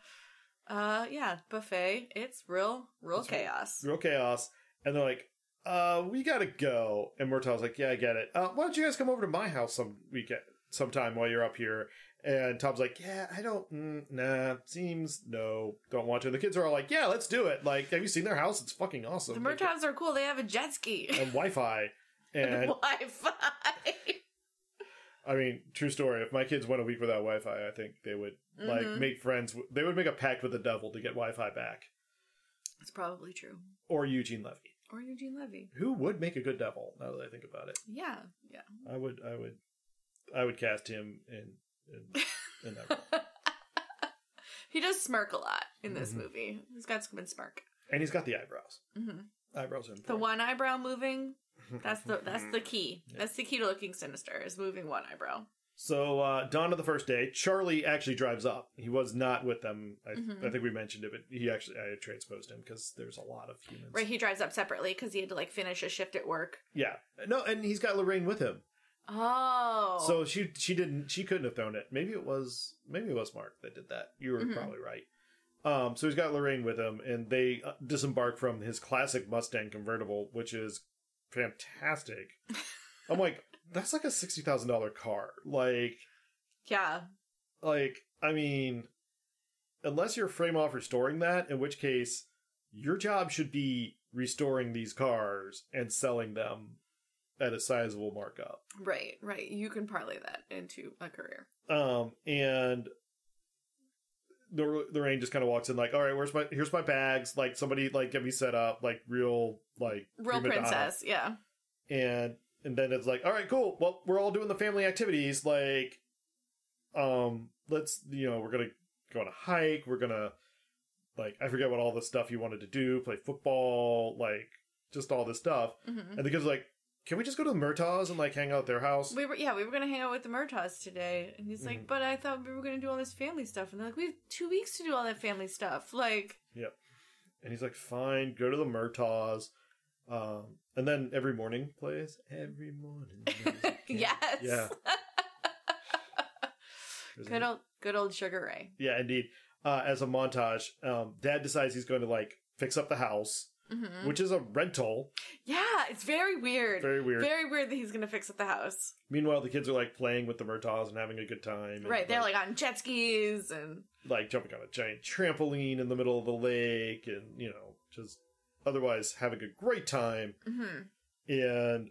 uh yeah, buffet. It's real real It's real- chaos. real chaos. And they're like, uh, we gotta go. And Murtaugh's like, yeah, I get it. Uh, why don't you guys come over to my house some weekend, sometime while you're up here? And Tom's like, yeah, I don't, mm, nah, seems no, don't want to. And the kids are all like, yeah, let's do it. Like, have you seen their house? It's fucking awesome. The Murtaughs are cool. They have a jet ski. [laughs] and Wi-Fi. And Wi-Fi. I mean, true story. If my kids went a week without Wi-Fi, I think they would like Mhm. make friends. w- They would make a pact with the devil to get Wi-Fi back, It's probably true. or Eugene Levy, Or Eugene Levy. who would make a good devil. Now that I think about it, Yeah, yeah. I would, I would, I would cast him in in, in that [laughs] role. He does smirk a lot in this Mhm. movie. He's got some good smirk. and he's got the eyebrows. hmm Eyebrows are The important. one eyebrow moving. [laughs] That's the that's the key. Mm-hmm. That's the key to looking sinister is moving one eyebrow. [laughs] So uh, dawn of the first day, Charlie actually drives up. He was not with them. I, Mhm. I think we mentioned it, but he actually I transposed him because there's a lot of humans. Right, he drives up separately because he had to like finish a shift at work. Yeah. No, and he's got Lorraine with him. Oh, So she she didn't she couldn't have thrown it. Maybe it was maybe it was Mark that did that. You were Mhm. probably right. Um, so he's got Lorraine with him, and they uh, disembark from his classic Mustang convertible, which is fantastic. I'm like, that's like a sixty thousand dollar car. Like, yeah, like I mean, unless you're frame off restoring that, in which case your job should be restoring these cars and selling them at a sizable markup. right, right. You can parlay that into a career. Um, and Lor- Lorraine just kind of walks in, like, "All right, where's my here's my bags? Like, somebody like get me set up, like real like Real prima donna." princess, yeah. And and then it's like, "All right, cool. Well, we're all doing the family activities. Like, um, let's you know, we're gonna go on a hike. We're gonna like I forget what all the stuff you wanted to do, play football, like just all this stuff." hmm And the kids are like, "Can we just go to the Murtaugh's and like hang out at their house?" We were yeah, we were gonna hang out with the Murtaughs today, and he's like, Mhm. "But I thought we were gonna do all this family stuff," and they're like, "We have two weeks to do all that family stuff." Like, And he's like, fine, go to the Murtaugh's. Um, and then every morning plays. Every morning. there's a kid. [laughs] yes, [laughs] Yeah. There's a- good old good old Sugar Ray. [laughs] yeah, indeed. Uh, as a montage, um, dad decides he's going to like fix up the house, hmm which is a rental. Yeah, it's very weird. Very weird. Very weird that he's gonna fix up the house. Meanwhile, the kids are like playing with the Murtaugh's and having a good time. and, Right, they're like on jet skis and like jumping on a giant trampoline in the middle of the lake and, you know, just otherwise having a great time. Mhm. And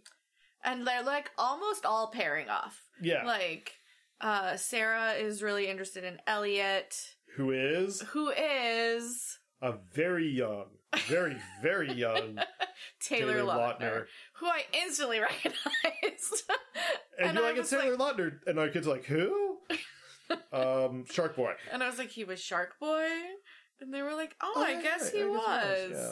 and they're like almost all pairing off. yeah, Like uh Sarah is really interested in Elliot, who is who is a very young, very, [laughs] very young Taylor, Lautner, who I instantly [laughs] recognized. And, And you're I like, it's was Taylor Lautner. And our kid's [laughs] like, who? um, Shark Boy. and I was like, he was Shark Boy? And they were like, oh, I yeah, guess he I was. yeah.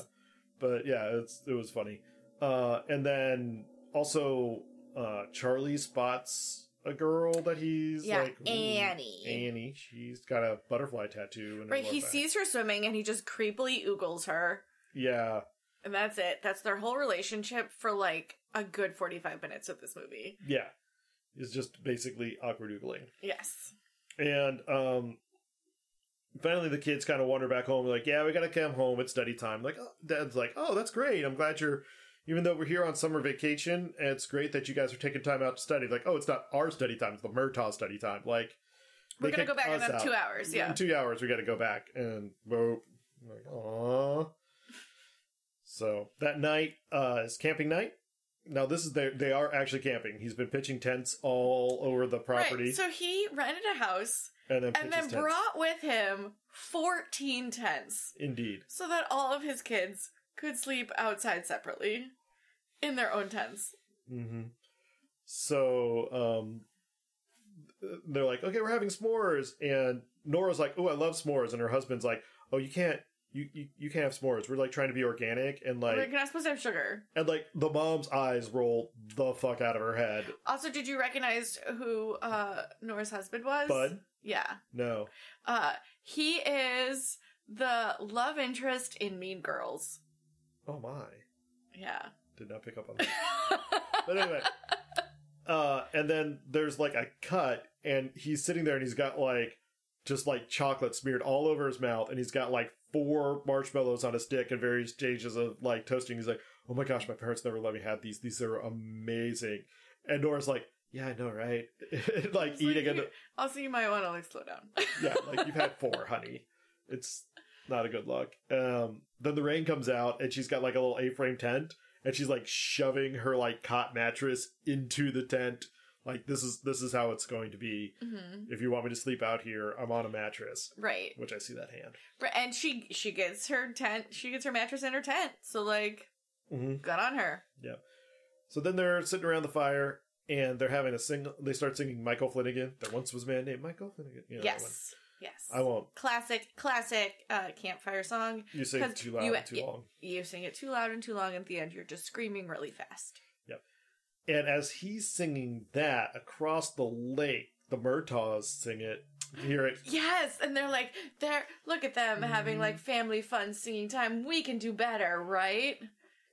But yeah, it's, it was funny. Uh, and then also, uh, Charlie spots a girl that he's Yeah, like, ooh, Annie. Annie. She's got a butterfly tattoo. And Right, he sees her swimming and he just creepily oogles her. Yeah. And that's it. That's their whole relationship for like a good 45 minutes of this movie. Yeah. It's just basically awkward oogling. Yes. And um, finally, the kids kind of wander back home. Like, yeah, we gotta come home. It's study time. Like, oh, Dad's like, oh, that's great. I'm glad you're. Even though we're here on summer vacation, it's great that you guys are taking time out to study. Like, oh, it's not our study time; it's the Murtaugh study time. Like, We're they going to go kicked back in us about out. two hours. In Yeah. two hours, we got to go back and boop. I'm Like, aw. So that night uh, is camping night. Now this is their, they are actually camping. He's been pitching tents all over the property, Right. So he rented a house and then and pitches then tents. brought with him 14 tents Indeed. so that all of his kids could sleep outside separately in their own tents. Mm-hmm. So um, th- they're like, okay, we're having s'mores, and Nora's like, oh, I love s'mores, and her husband's like, oh, you can't, you you, you can't have s'mores. We're like trying to be organic, and like, We're not supposed to have sugar. and like the mom's eyes roll the fuck out of her head. Also, did you recognize who uh, Nora's husband was? Bud, Yeah. no, Uh, he is the love interest in Mean Girls. oh my, Yeah. did not pick up on that. but anyway, uh, and then there's like a cut, and he's sitting there, and he's got like just like chocolate smeared all over his mouth, and he's got like four marshmallows on a stick at various stages of like toasting. He's like, "Oh my gosh, my parents never let me have these. These are amazing." And Nora's like, "Yeah, I know, right?" [laughs] like It's eating like a you- Also, you might want to like slow down. [laughs] yeah, like you've had four, honey. It's not a good look. Um, then the rain comes out, and she's got like a little A-frame tent, and she's like shoving her like cot mattress into the tent. Like this is this is how it's going to be. Mhm. If you want me to sleep out here, I'm on a mattress. Right. Which I see that hand. Br- And she she gets her tent. She gets her mattress and her tent. So like, Mm-hmm. good on her. So then they're sitting around the fire, and they're having a sing. They start singing Michael Flanagan. There once was a man named Michael Flanagan. You know that yes. Yes. one. I won't. classic classic uh, campfire song. You sing 'Cause too loud, you- and too you- long. You sing it too loud and too long. At the end, you're just screaming really fast. And as he's singing that across the lake, the Murtaugh sing it, hear it. Yes, and they're like, they're look at them Mm-hmm. having like family fun singing time. We can do better, right?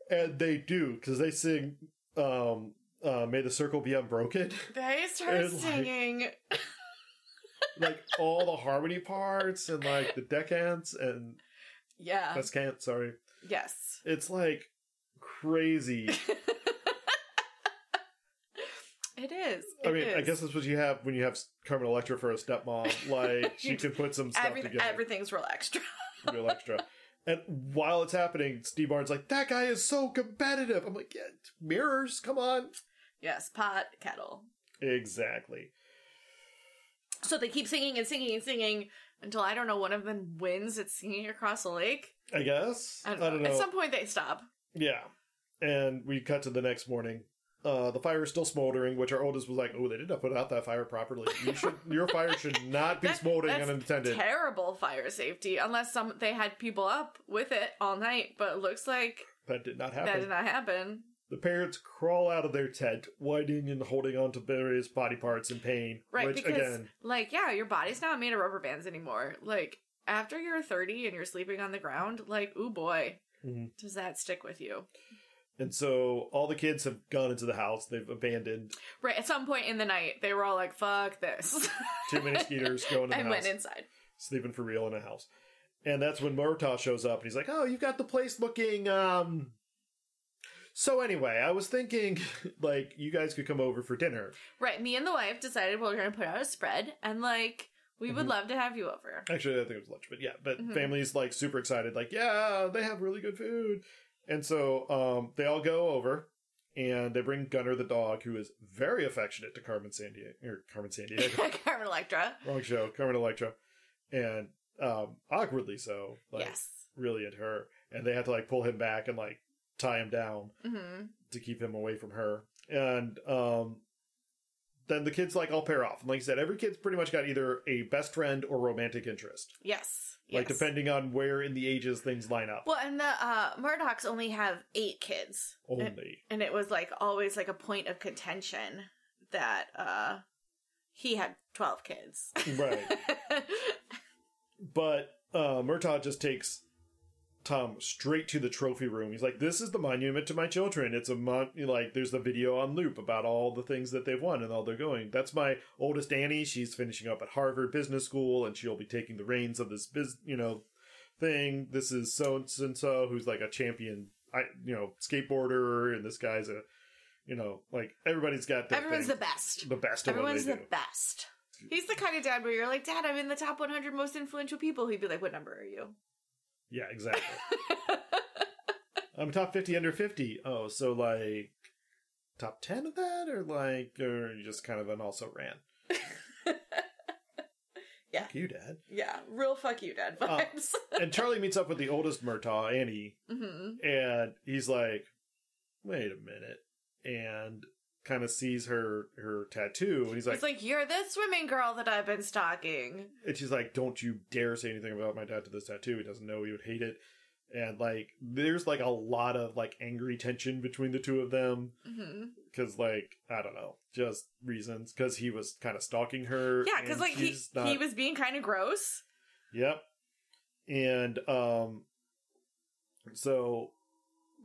And they do, because they sing um, uh, May the Circle Be Unbroken. [laughs] They start And, like- singing. like all the harmony parts and like the decants and yeah. descant, sorry. yes. It's like [laughs] crazy. It is. I It mean, I is. guess that's what you have when you have Carmen Electra for a stepmom. [laughs] Like, she can put some stuff Every, together. everything's real extra. real extra. And while it's happening, Steve Barnes like, that guy is so competitive. I'm like, yeah, mirrors, come on. yes, pot, kettle. Exactly. So they keep singing and singing and singing until I don't know, one of them wins at singing across a lake. I guess. I don't know. At some point, they stop. yeah. And we cut to the next morning. Uh, the fire is still smoldering, which our oldest was like, "Oh, they did not put out that fire properly. You [laughs] should, your fire should not be That- smoldering that's unintended." Terrible fire safety, unless some they had people up with it all night. But it looks like that did not that happen. did not happen. the parents crawl out of their tent, whining and holding on to various body parts in pain. Right, which because again, like yeah, your body's not made of rubber bands anymore. Like after you're 30 and you're sleeping on the ground, like ooh boy, Mhm. does that stick with you? and so all the kids have gone into the house. They've abandoned Right, at some point in the night, they were all like, "Fuck this," [laughs] too many skeeters going to the and house. went inside. sleeping for real in a house. And that's when Murtaugh shows up and he's like, Oh, you've got the place looking um so anyway, I was thinking [laughs] like you guys could come over for dinner. Right, me and the wife decided we are going to put out a spread, and like we would Mhm. love to have you [laughs] over. [laughs] Actually I think it was lunch, but yeah, but Mhm. family's like super excited, like, yeah, they have really good food. And so um they all go over and they bring Gunner the dog, who is very affectionate to Carmen Sandiego or Carmen Sandiego. [laughs] Carmen Electra. Wrong show, Carmen Electra. And um awkwardly so. Like yes. really at her, and they had to like pull him back and like tie him down hmm to keep him away from her. And um, then the kids like all pair off. And like I said, every kid's pretty much got either a best friend or romantic interest, Yes. like Yes. depending on where in the ages things line up. Well, and the uh, Murdochs only have eight kids, Only [laughs] and it was like always like a point of contention that uh, he had twelve kids. [laughs] right, but uh, Murtaugh just takes. Tom straight to the trophy room. He's like, "This is the monument to my children. It's a mon like there's the video on loop about all the things that they've won and all they're going. That's my oldest Annie. She's finishing up at Harvard Business School and she'll be taking the reins of this biz, you know, thing. This is so and so who's like a champion, I you know, skateboarder and this guy's a you know, like everybody's got their Everyone's the thing. best. the best of Everyone's what they the do. best. He's the kind of dad where you're like, Dad, I'm in the top 100 most influential people. He'd be like, What number are you? Yeah, exactly. I'm top 50 under 50. Oh, so like top 10 of that or like or you just kind of an also ran. Yeah. Fuck you, dad. Yeah, real fuck you, Dad Uh, vibes. [laughs] And Charlie meets up with the oldest Murtaugh, Annie, hmm and he's like, "Wait a minute." And kind of sees her her tattoo and he's like, He's like, You're the swimming girl that I've been stalking. and she's like, "Don't you dare say anything about my dad to this tattoo. He doesn't know. He would hate it." And like, there's like a lot of like angry tension between the two of them hmm because like I don't know, just reasons because he was kind of stalking her. Yeah, because and like he, she's not- he was being kind of gross. Yep. And um, so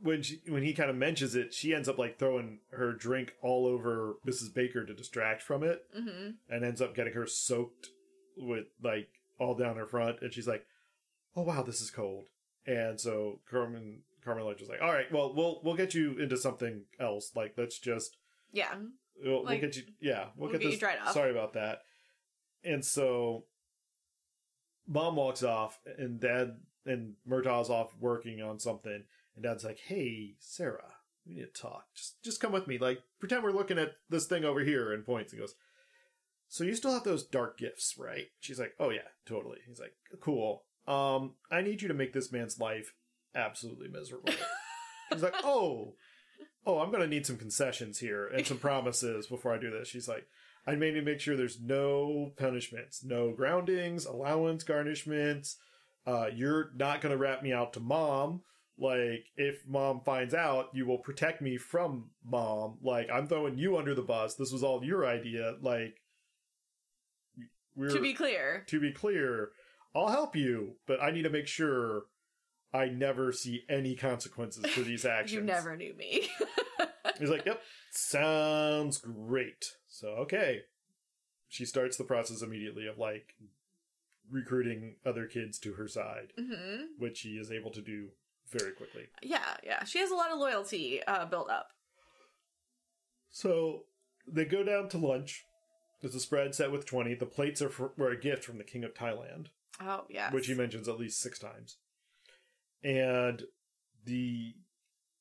when she when he kind of mentions it, she ends up like throwing her drink all over Mrs. Baker to distract from it. hmm and ends up getting her soaked with like all down her front and she's like oh wow, this is cold. And so Carmen Carmen Ledge was like, all right, well we'll we'll get you into something else. Like let's just Yeah. we'll, Like, we'll get you yeah we'll, we'll get, get you this dried off. sorry about that. And so mom walks off and dad and Murtaugh's off working on something and dad's like, hey Sarah. We need to talk. Just, just come with me. Like, pretend we're looking at this thing over here and points and goes, so you still have those dark gifts, right? She's like, oh yeah, totally. He's like, cool. Um, I need you to make this man's life absolutely miserable. She's like, oh, oh, I'm gonna need some concessions here and some promises before I do this. She's like, I made to make sure there's no punishments, no groundings, allowance, garnishments. Uh, you're not gonna rat me out to mom. Like, if mom finds out, you will protect me from mom. Like, I'm throwing you under the bus. This was all your idea. Like, we're To be clear. to be clear, I'll help you, but I need to make sure I never see any consequences for [laughs] these actions. You never knew me. [laughs] He's like, yep, sounds great. So, okay. She starts the process immediately of like recruiting other kids to her side, hmm which she is able to do very quickly. Yeah, yeah. She has a lot of loyalty uh, built up. So they go down to lunch. There's a spread set with 20. The plates are for, were a gift from the king of Thailand. Oh, yeah. which he mentions at least six times. And the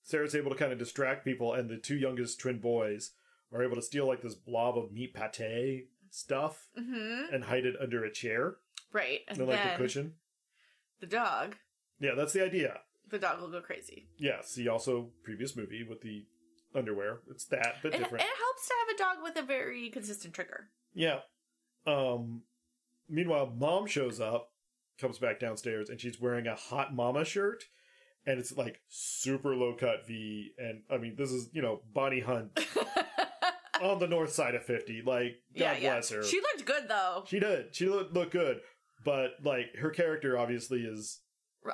Sarah's able to kind of distract people, and the two youngest twin boys are able to steal like this blob of meat pate stuff hmm and hide it under a chair Right. And and like a then cushion. the dog. Yeah, that's the idea. The dog will go crazy. Yeah, see also previous movie with the underwear. It's that but It, it different. helps to have a dog with a very consistent trigger. [laughs] Yeah. Um meanwhile mom shows up, comes back downstairs and she's wearing a hot mama shirt and it's like super low cut V and I mean this is, you know, [laughs] Bonnie Hunt on the north side of 50. Like God yeah, yeah. bless her. She looked good, though. She did. She looked looked good, but like her character obviously is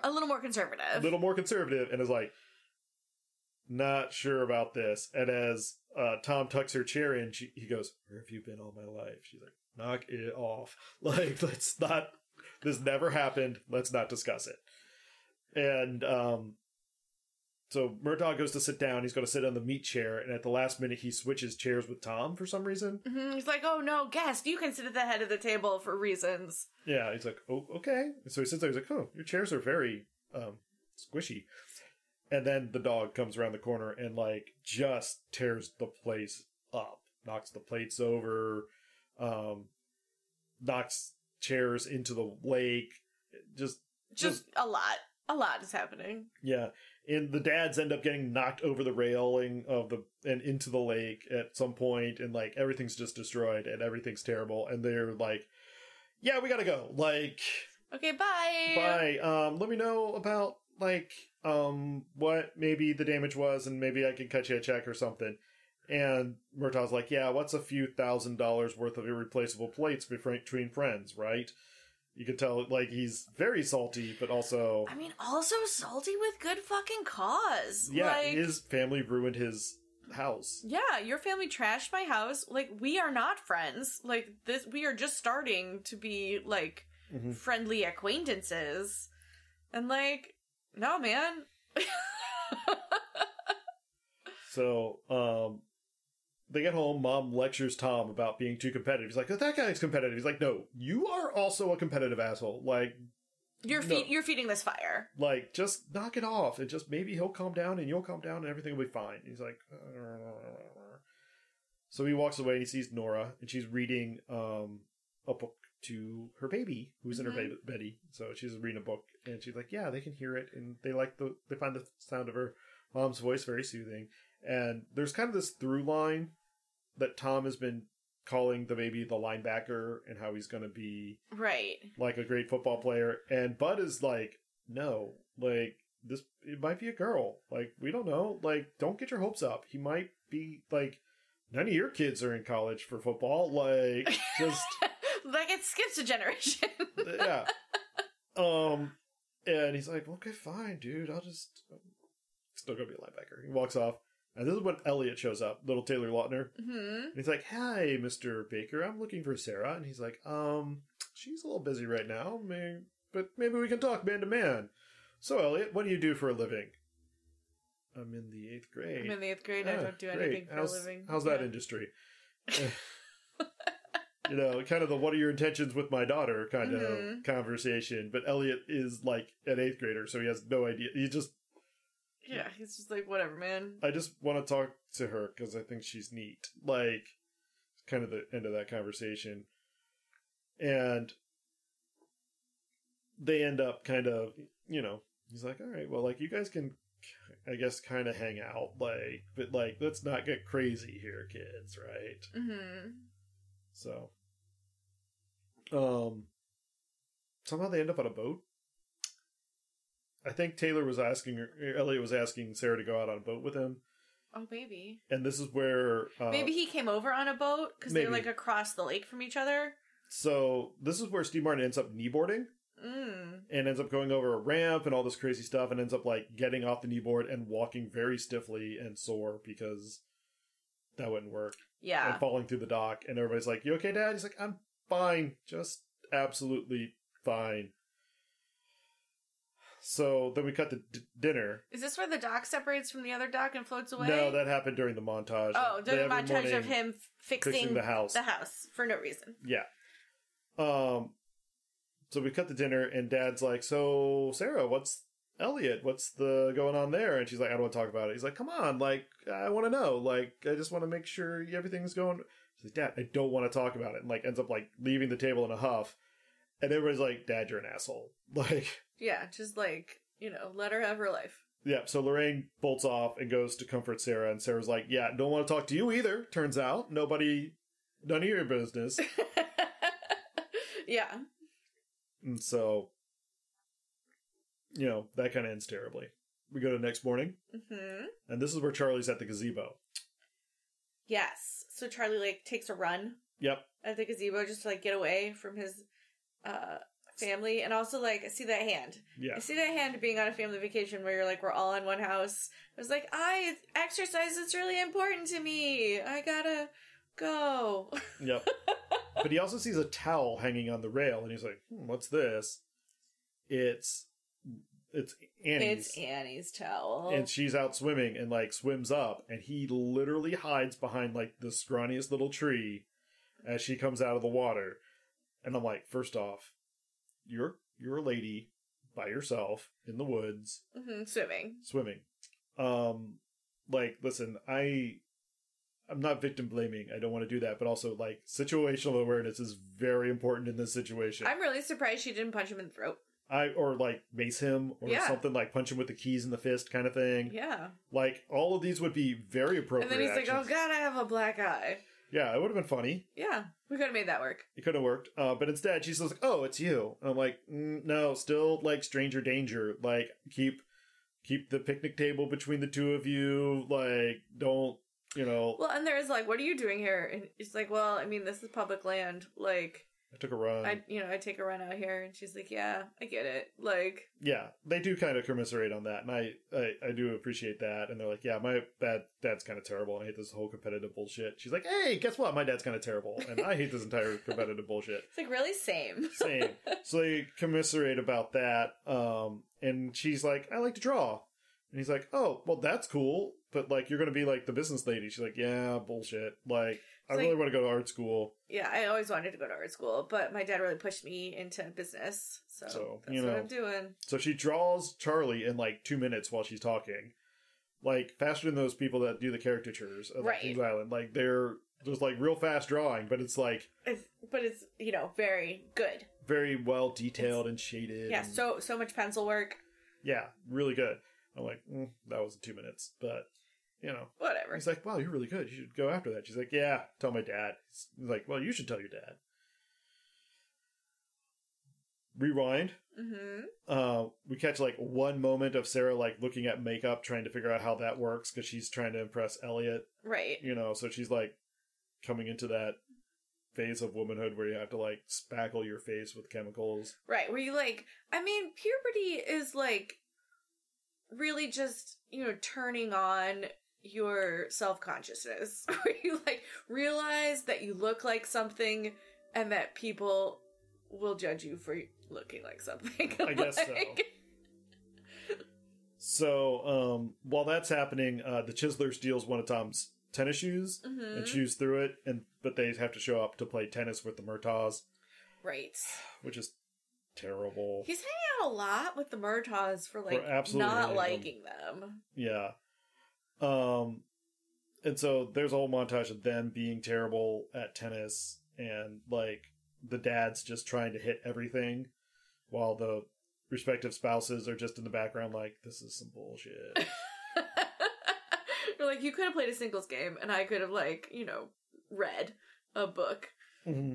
A little more a conservative. little more conservative and is like not sure about this. And as uh, Tom tucks her chair in, she, he goes, "Where have you been all my life?" She's like, "Knock it off! [laughs] Like, let's not. This never happened. Let's not discuss it." And um, so Murtaugh goes to sit down. He's going to sit on the meat chair, and at the last minute, he switches chairs with Tom for some reason. hmm He's like, oh no, guest, you can sit at the head of the table for reasons. Yeah, he's like, oh, okay. So he sits there. He's like, oh, your chairs are very um, squishy. And then the dog comes around the corner and like just tears the place up, knocks the plates over, um, knocks chairs into the lake. Just Just a lot. A lot is happening. yeah. And the dads end up getting knocked over the railing of the and into the lake at some point, and like everything's just destroyed and everything's terrible. And they're like, yeah, we gotta go. Like. Okay, bye. Bye. Um, let me know about like um what maybe the damage was, and maybe I can cut you a check or something. And Murtaugh's like, yeah, what's a few thousand dollars worth of irreplaceable plates befri- between friends, right? You can tell like he's very salty, but also I mean, also salty with good fucking cause. yeah, like, his family ruined his house. yeah, your family trashed my house. Like, we are not friends. Like, this, we are just starting to be like Mhm. friendly acquaintances. And like, no, man. [laughs] So um, they get home. Mom lectures Tom about being too competitive. He's like, "Oh, that guy's competitive. He's like, no, you are also a competitive asshole. Like You're No. feed, you're feeding this fire. like just knock it off and just maybe he'll calm down and you'll calm down and everything will be fine he's like "Uh." so he walks away and he sees nora and she's reading um a book to her baby who's in her Mhm. baby betty so she's reading a book and she's like yeah they can hear it and they like the they find the sound of her mom's voice very soothing and there's kind of this through line that tom has been calling the baby the linebacker and how he's going to be Right. like a great football player and bud is like no like this it might be a girl like we don't know like don't get your hopes up he might be like none of your kids are in college for football like just like it skips a generation. [laughs] yeah um and he's like okay fine dude i'll just I'm still gonna be a linebacker he walks off and this is when elliot shows up little taylor lautner hmm and he's like, "Hi, Mister Baker. I'm looking for Sarah." And he's like, "Um, she's a little busy right now. May but maybe we can talk man to man. So, Elliot, what do you do for a living? I'm in the eighth grade. I'm in the eighth grade. I Ah, don't do great. anything for how's, a living. How's that Yeah. [laughs] industry? you know, kind of the what are your intentions with my daughter kind Mhm. of conversation. But Elliot is like an eighth grader, so he has no idea. He just, Yeah, he's just like whatever, man. I just want to talk to her because I think she's neat. Like, it's kind of the end of that conversation. And they end up kind of, you know, he's like, all right, well, like, you guys can, I guess, kind of hang out. Like, but like, let's not get crazy here, kids, right? Mm-hmm. So, um, somehow they end up on a boat. I think Taylor was asking, her, Elliot was asking Sarah to go out on a boat with him, Oh, maybe. and this is where uh, Maybe he came over on a boat because they're like maybe. across the lake from each other. so this is where Steve Martin ends up kneeboarding Mm. and ends up going over a ramp and all this crazy stuff, and ends up like getting off the kneeboard and walking very stiffly and sore because that wouldn't work, Yeah. and falling through the dock, and everybody's like, "You okay, Dad?" He's like, "I'm fine, just absolutely fine." So then we cut to d- dinner. Is this where the dock separates from the other dock and floats away? No, that happened during the montage. Oh, They the have every montage of morning him f- fixing, fixing, the house. the house for no reason. Yeah. Um. So we cut the dinner, and Dad's like, "So Sarah, what's Elliot? What's the going on there?" And she's like, "I don't want to talk about it." He's like, "Come on, like I want to know. Like I just want to make sure everything's going." She's like, "Dad, I don't want to talk about it." And like ends up like leaving the table in a huff, and everybody's like, "Dad, you're an asshole." [laughs] Like, Yeah, just like, you know, let her have her life. [laughs] yeah. So Lorraine bolts off and goes to comfort Sarah, and Sarah's like, "Yeah, don't want to talk to you either." Turns out, nobody, none of your business. yeah. And so, you know, that kind of ends terribly. We go to the next morning, hmm and this is where Charlie's at the gazebo. Yes. So Charlie, like, takes a run Yep. at the gazebo just to, like, get away from his uh, family. And also, like, I see that hand. Yeah. I see that hand being on a family vacation where you're like, we're all in one house. I was like, I exercise is really important to me. I gotta go. [laughs] Yep. but he also sees a towel hanging on the rail, and he's like, hmm, "What's this?" It's it's Annie's, It's Annie's towel. and she's out swimming, and like swims up, and he literally hides behind like the scrawniest little tree as she comes out of the water. And I'm like, first off, you're you're a lady by yourself in the woods. hmm swimming. swimming. Um, like, listen, I, I'm not victim blaming. I don't want to do that, but also like situational awareness is very important in this situation. I'm really surprised she didn't punch him in the throat. I or like mace him or Yeah. something like punch him with the keys in the fist kind of thing. Yeah. Like all of these would be very appropriate. And then he's like, actions. oh god, I have a black eye. Yeah, it would have been funny. Yeah. We could have made that work. It could have worked. Uh, but instead, she's just like, "Oh, it's you," and I'm like, mm, "No, still like stranger danger. Like keep." Keep the picnic table between the two of you. Like, don't you know? Well, and there's like, what are you doing here? And she's like, well, I mean, this is public land. Like, I took a run. I, you know, I take a run out here. And she's like, yeah, I get it. Like, yeah, they do kind of commiserate on that, and I, I I do appreciate that. And they're like, yeah, my dad dad's kind of terrible. and I hate this whole competitive bullshit. She's like, hey, guess what? My dad's kind of terrible, and I hate [laughs] this entire competitive bullshit. it's like really same. Same. So they commiserate about that. Um, and she's like, I like to draw, and he's like, oh, well, that's cool, but like, you're gonna be like the business lady. She's like, yeah, bullshit. Like, I It's really like- want to go to art school. Yeah, I always wanted to go to art school, but my dad really pushed me into business. So, So, that's you what know. I'm doing. So she draws Charlie in like two minutes while she's talking, like faster than those people that do the caricatures of Right. Kings Island. Like they're just like real fast drawing, but it's like It's, but it's, you know, very good. very well detailed and shaded. Yeah, and- so so much pencil work. yeah, really good. I'm like, mm, that was two minutes, but you know, Whatever. he's like, wow, you're really good. You should go after that. She's like, yeah, tell my dad. He's like, well, you should tell your dad. Rewind. hmm uh, we catch like one moment of Sarah like looking at makeup, trying to figure out how that works because she's trying to impress Elliot, Right. you know. So she's like coming into that phase of womanhood where you have to like spackle your face with chemicals. Right, where you like, I mean, puberty is like really just, you know, turning on your self consciousness, [laughs] where you like realize that you look like something and that people will judge you for looking like something. [laughs] I guess so. Like- So um, while that's happening, uh, the Chisler steals one of Tom's tennis shoes and Mhm. chews through it, and but they have to show up to play tennis with the Murtaughs, Right. which is terrible. He's hanging out a lot with the Murtaughs for like absolutely not hating liking them. [laughs] Yeah. Um, and so there's a whole montage of them being terrible at tennis, and like the dad's just trying to hit everything, while the respective spouses are just in the background like this is some bullshit. We're like, you could have played a singles game, and I could have like, you know, read a book. hmm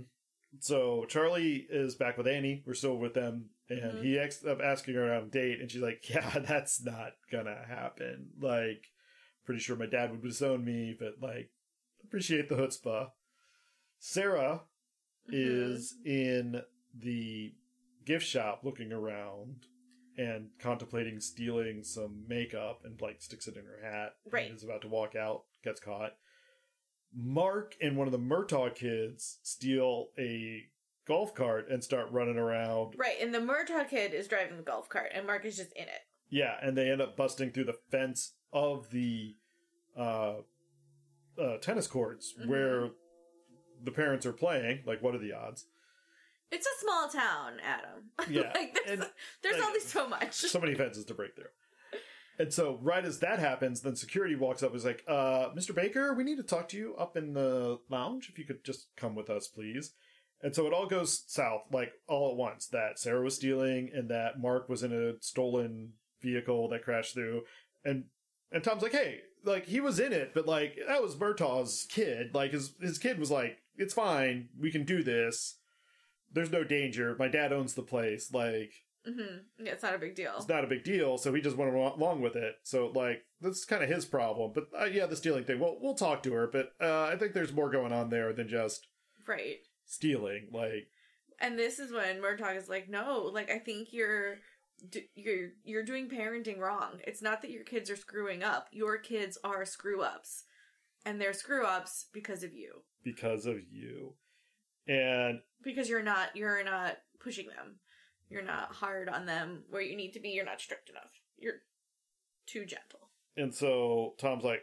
So Charlie is back with Annie. We're still with them, and Mhm. he ends up asking her on a date, and she's like, "Yeah, [laughs] that's not gonna happen. Like, pretty sure my dad would disown me, but like, appreciate the chutzpah." Sarah Mm-hmm. is in the gift shop looking around and contemplating stealing some makeup and like sticks it in her hat Right. and is about to walk out gets caught mark and one of the murtaugh kids steal a golf cart and start running around Mhm. right, and the Murtaugh kid is driving the golf cart, and Mark is just in it. yeah and they end up busting through the fence of the uh, uh tennis courts Mhm. where the parents are playing like what are [laughs] the odds It's a small town, Adam. [laughs] Yeah, like, there's, and- there's like- only so [laughs] much. so many fences to break through. And so, right as that happens, then security walks up and is like, uh, Mr. Baker, we need to talk to you up in the lounge. If you could just come with us, please. And so it all goes south, like all at once that Sarah was stealing and that Mark was in a stolen vehicle that crashed through. And and Tom's like, hey, like he was in it, but like that was Murtaugh's kid. Like his his kid was like, it's fine, we can do this. There's no danger. My dad owns the place. Like hmm Yeah, it's not a big deal. it's not a big deal, so he just went al- along with it. So like that's kind of his problem. But uh, yeah, the stealing thing. Well, we'll talk to her, but uh, I think there's more going on there than just right. stealing. Like And this is when Murtaugh is like, no, like I think you're d- you're you're doing parenting wrong. It's not that your kids are screwing up. Your kids are screw ups, and they're screw ups because of you. because of you, and Because you're not you're not pushing them. You're not hard on them where you need to be. You're not strict enough. You're too gentle. and so Tom's like,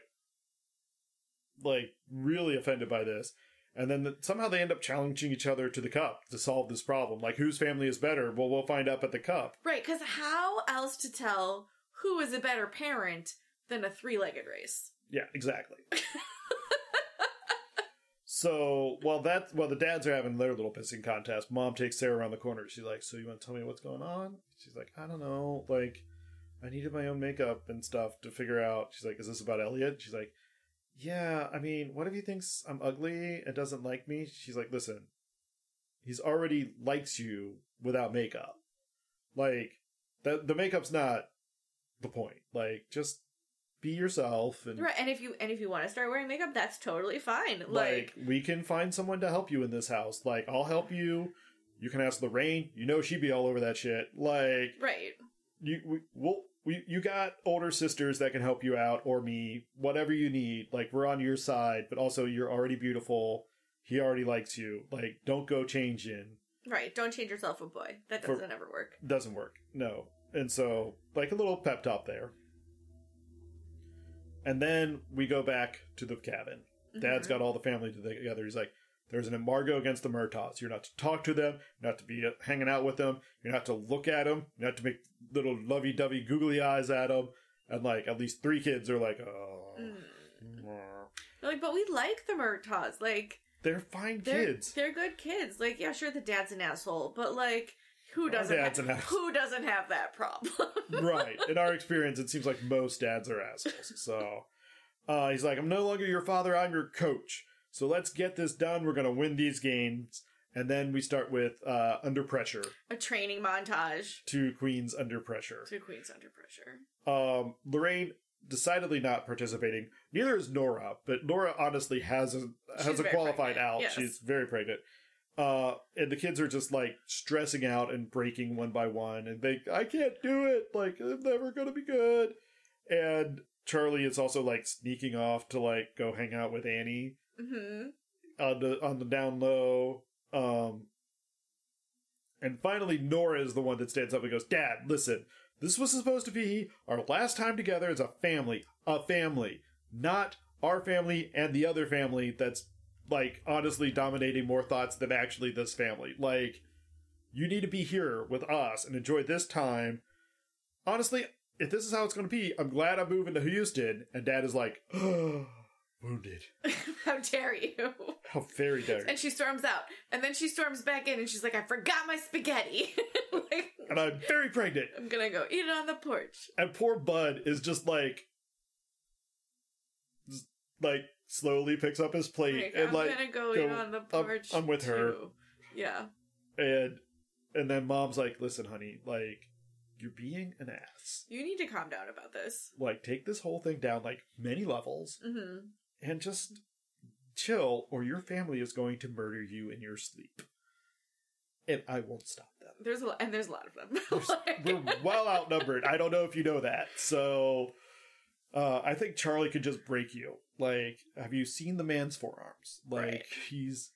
like really offended by this, and then the, somehow they end up challenging each other to the cup to solve this problem. Like whose family is better? Well, we'll find up at the cup. Right? Because how else to tell who is a better parent than a three legged race? Yeah, exactly. so while that while the dads are having their little pissing contest, mom takes Sarah around the corner. She's like, "So you want to tell me what's going on?" She's like, "I don't know. Like, I needed my own makeup and stuff to figure out." She's like, "Is this about Elliot?" She's like, "Yeah. I mean, what if he thinks I'm ugly and doesn't like me?" She's like, "Listen, he's already likes you without makeup. Like, that the makeup's not the point. Like, just." Be yourself and Right? And if you and if you want to start wearing makeup, that's totally fine. like like, we can find someone to help you in this house like i'll help you you can ask lorraine you know she'd be all over that shit like right. you we, we'll, we you got older sisters that can help you out or me whatever you need like we're on your side but also you're already beautiful he already likes you like don't go changing Right. Don't change yourself a boy. That For- doesn't ever work. doesn't work no and so like a little pep talk there and then we go back to the cabin Mm-hmm. Dad's got all the family together. He's like, there's an embargo against the Murtaughs. You're not to talk to them, you're not to be uh, hanging out with them, you're not to look at them, you're not to make little lovey dovey googly eyes at them. And like, at least three kids are like, oh. Mhm. Mm. They're Like, but we like the Murtaughs. Like, They're fine they're [laughs] kids. they're good kids. Like, yeah, sure, the dad's an asshole, but like, who Our doesn't? dad's an asshole. who doesn't have that problem? [laughs] right. In our experience, it seems like most dads are assholes. So uh, he's like, I'm no longer your father, I'm your coach. So let's get this done. We're going to win these games. And then we start with uh, Under Pressure, a training montage two queens under pressure. to Queens under pressure. Um, Lorraine decidedly not participating. Neither is Nora, but Nora honestly has a has She's a very qualified pregnant, out. yes. She's very pregnant. Uh, and the kids are just like stressing out and breaking one by one, and they I can't do it. Like I'm never gonna be good. And Charlie is also like sneaking off to like go hang out with Annie hmm uh, on the on the down low. Um, And finally, Nora is the one that stands up and goes, Dad, listen, this was supposed to be our last time together as a family. A family. Not our family and the other family that's, like, honestly dominating more thoughts than actually this family. Like, you need to be here with us and enjoy this time. Honestly, if this is how it's going to be, I'm glad I'm moving to Houston. And Dad is like, [gasps] wounded. [laughs] How dare you? How very dare you. And she storms out. And then she storms back in and she's like, I forgot my spaghetti. [laughs] like, And I'm very pregnant. I'm gonna go eat it on the porch. And poor Bud is just like, s- like slowly picks up his plate Like, and I'm like, gonna go, go- eat on the I'm- porch. I'm with her. too. Yeah. and and then mom's like, listen, honey, like you're being an ass. You need to calm down about this. Like take this whole thing down like many levels Mm-hmm. and just chill, or your family is going to murder you in your sleep. And I won't stop them. There's a lot, and there's a lot of them. [laughs] There's- Like- We're well outnumbered. I don't know if you know that. So uh, I think Charlie could just break you. Like, have you seen the man's forearms? Like, Right. he's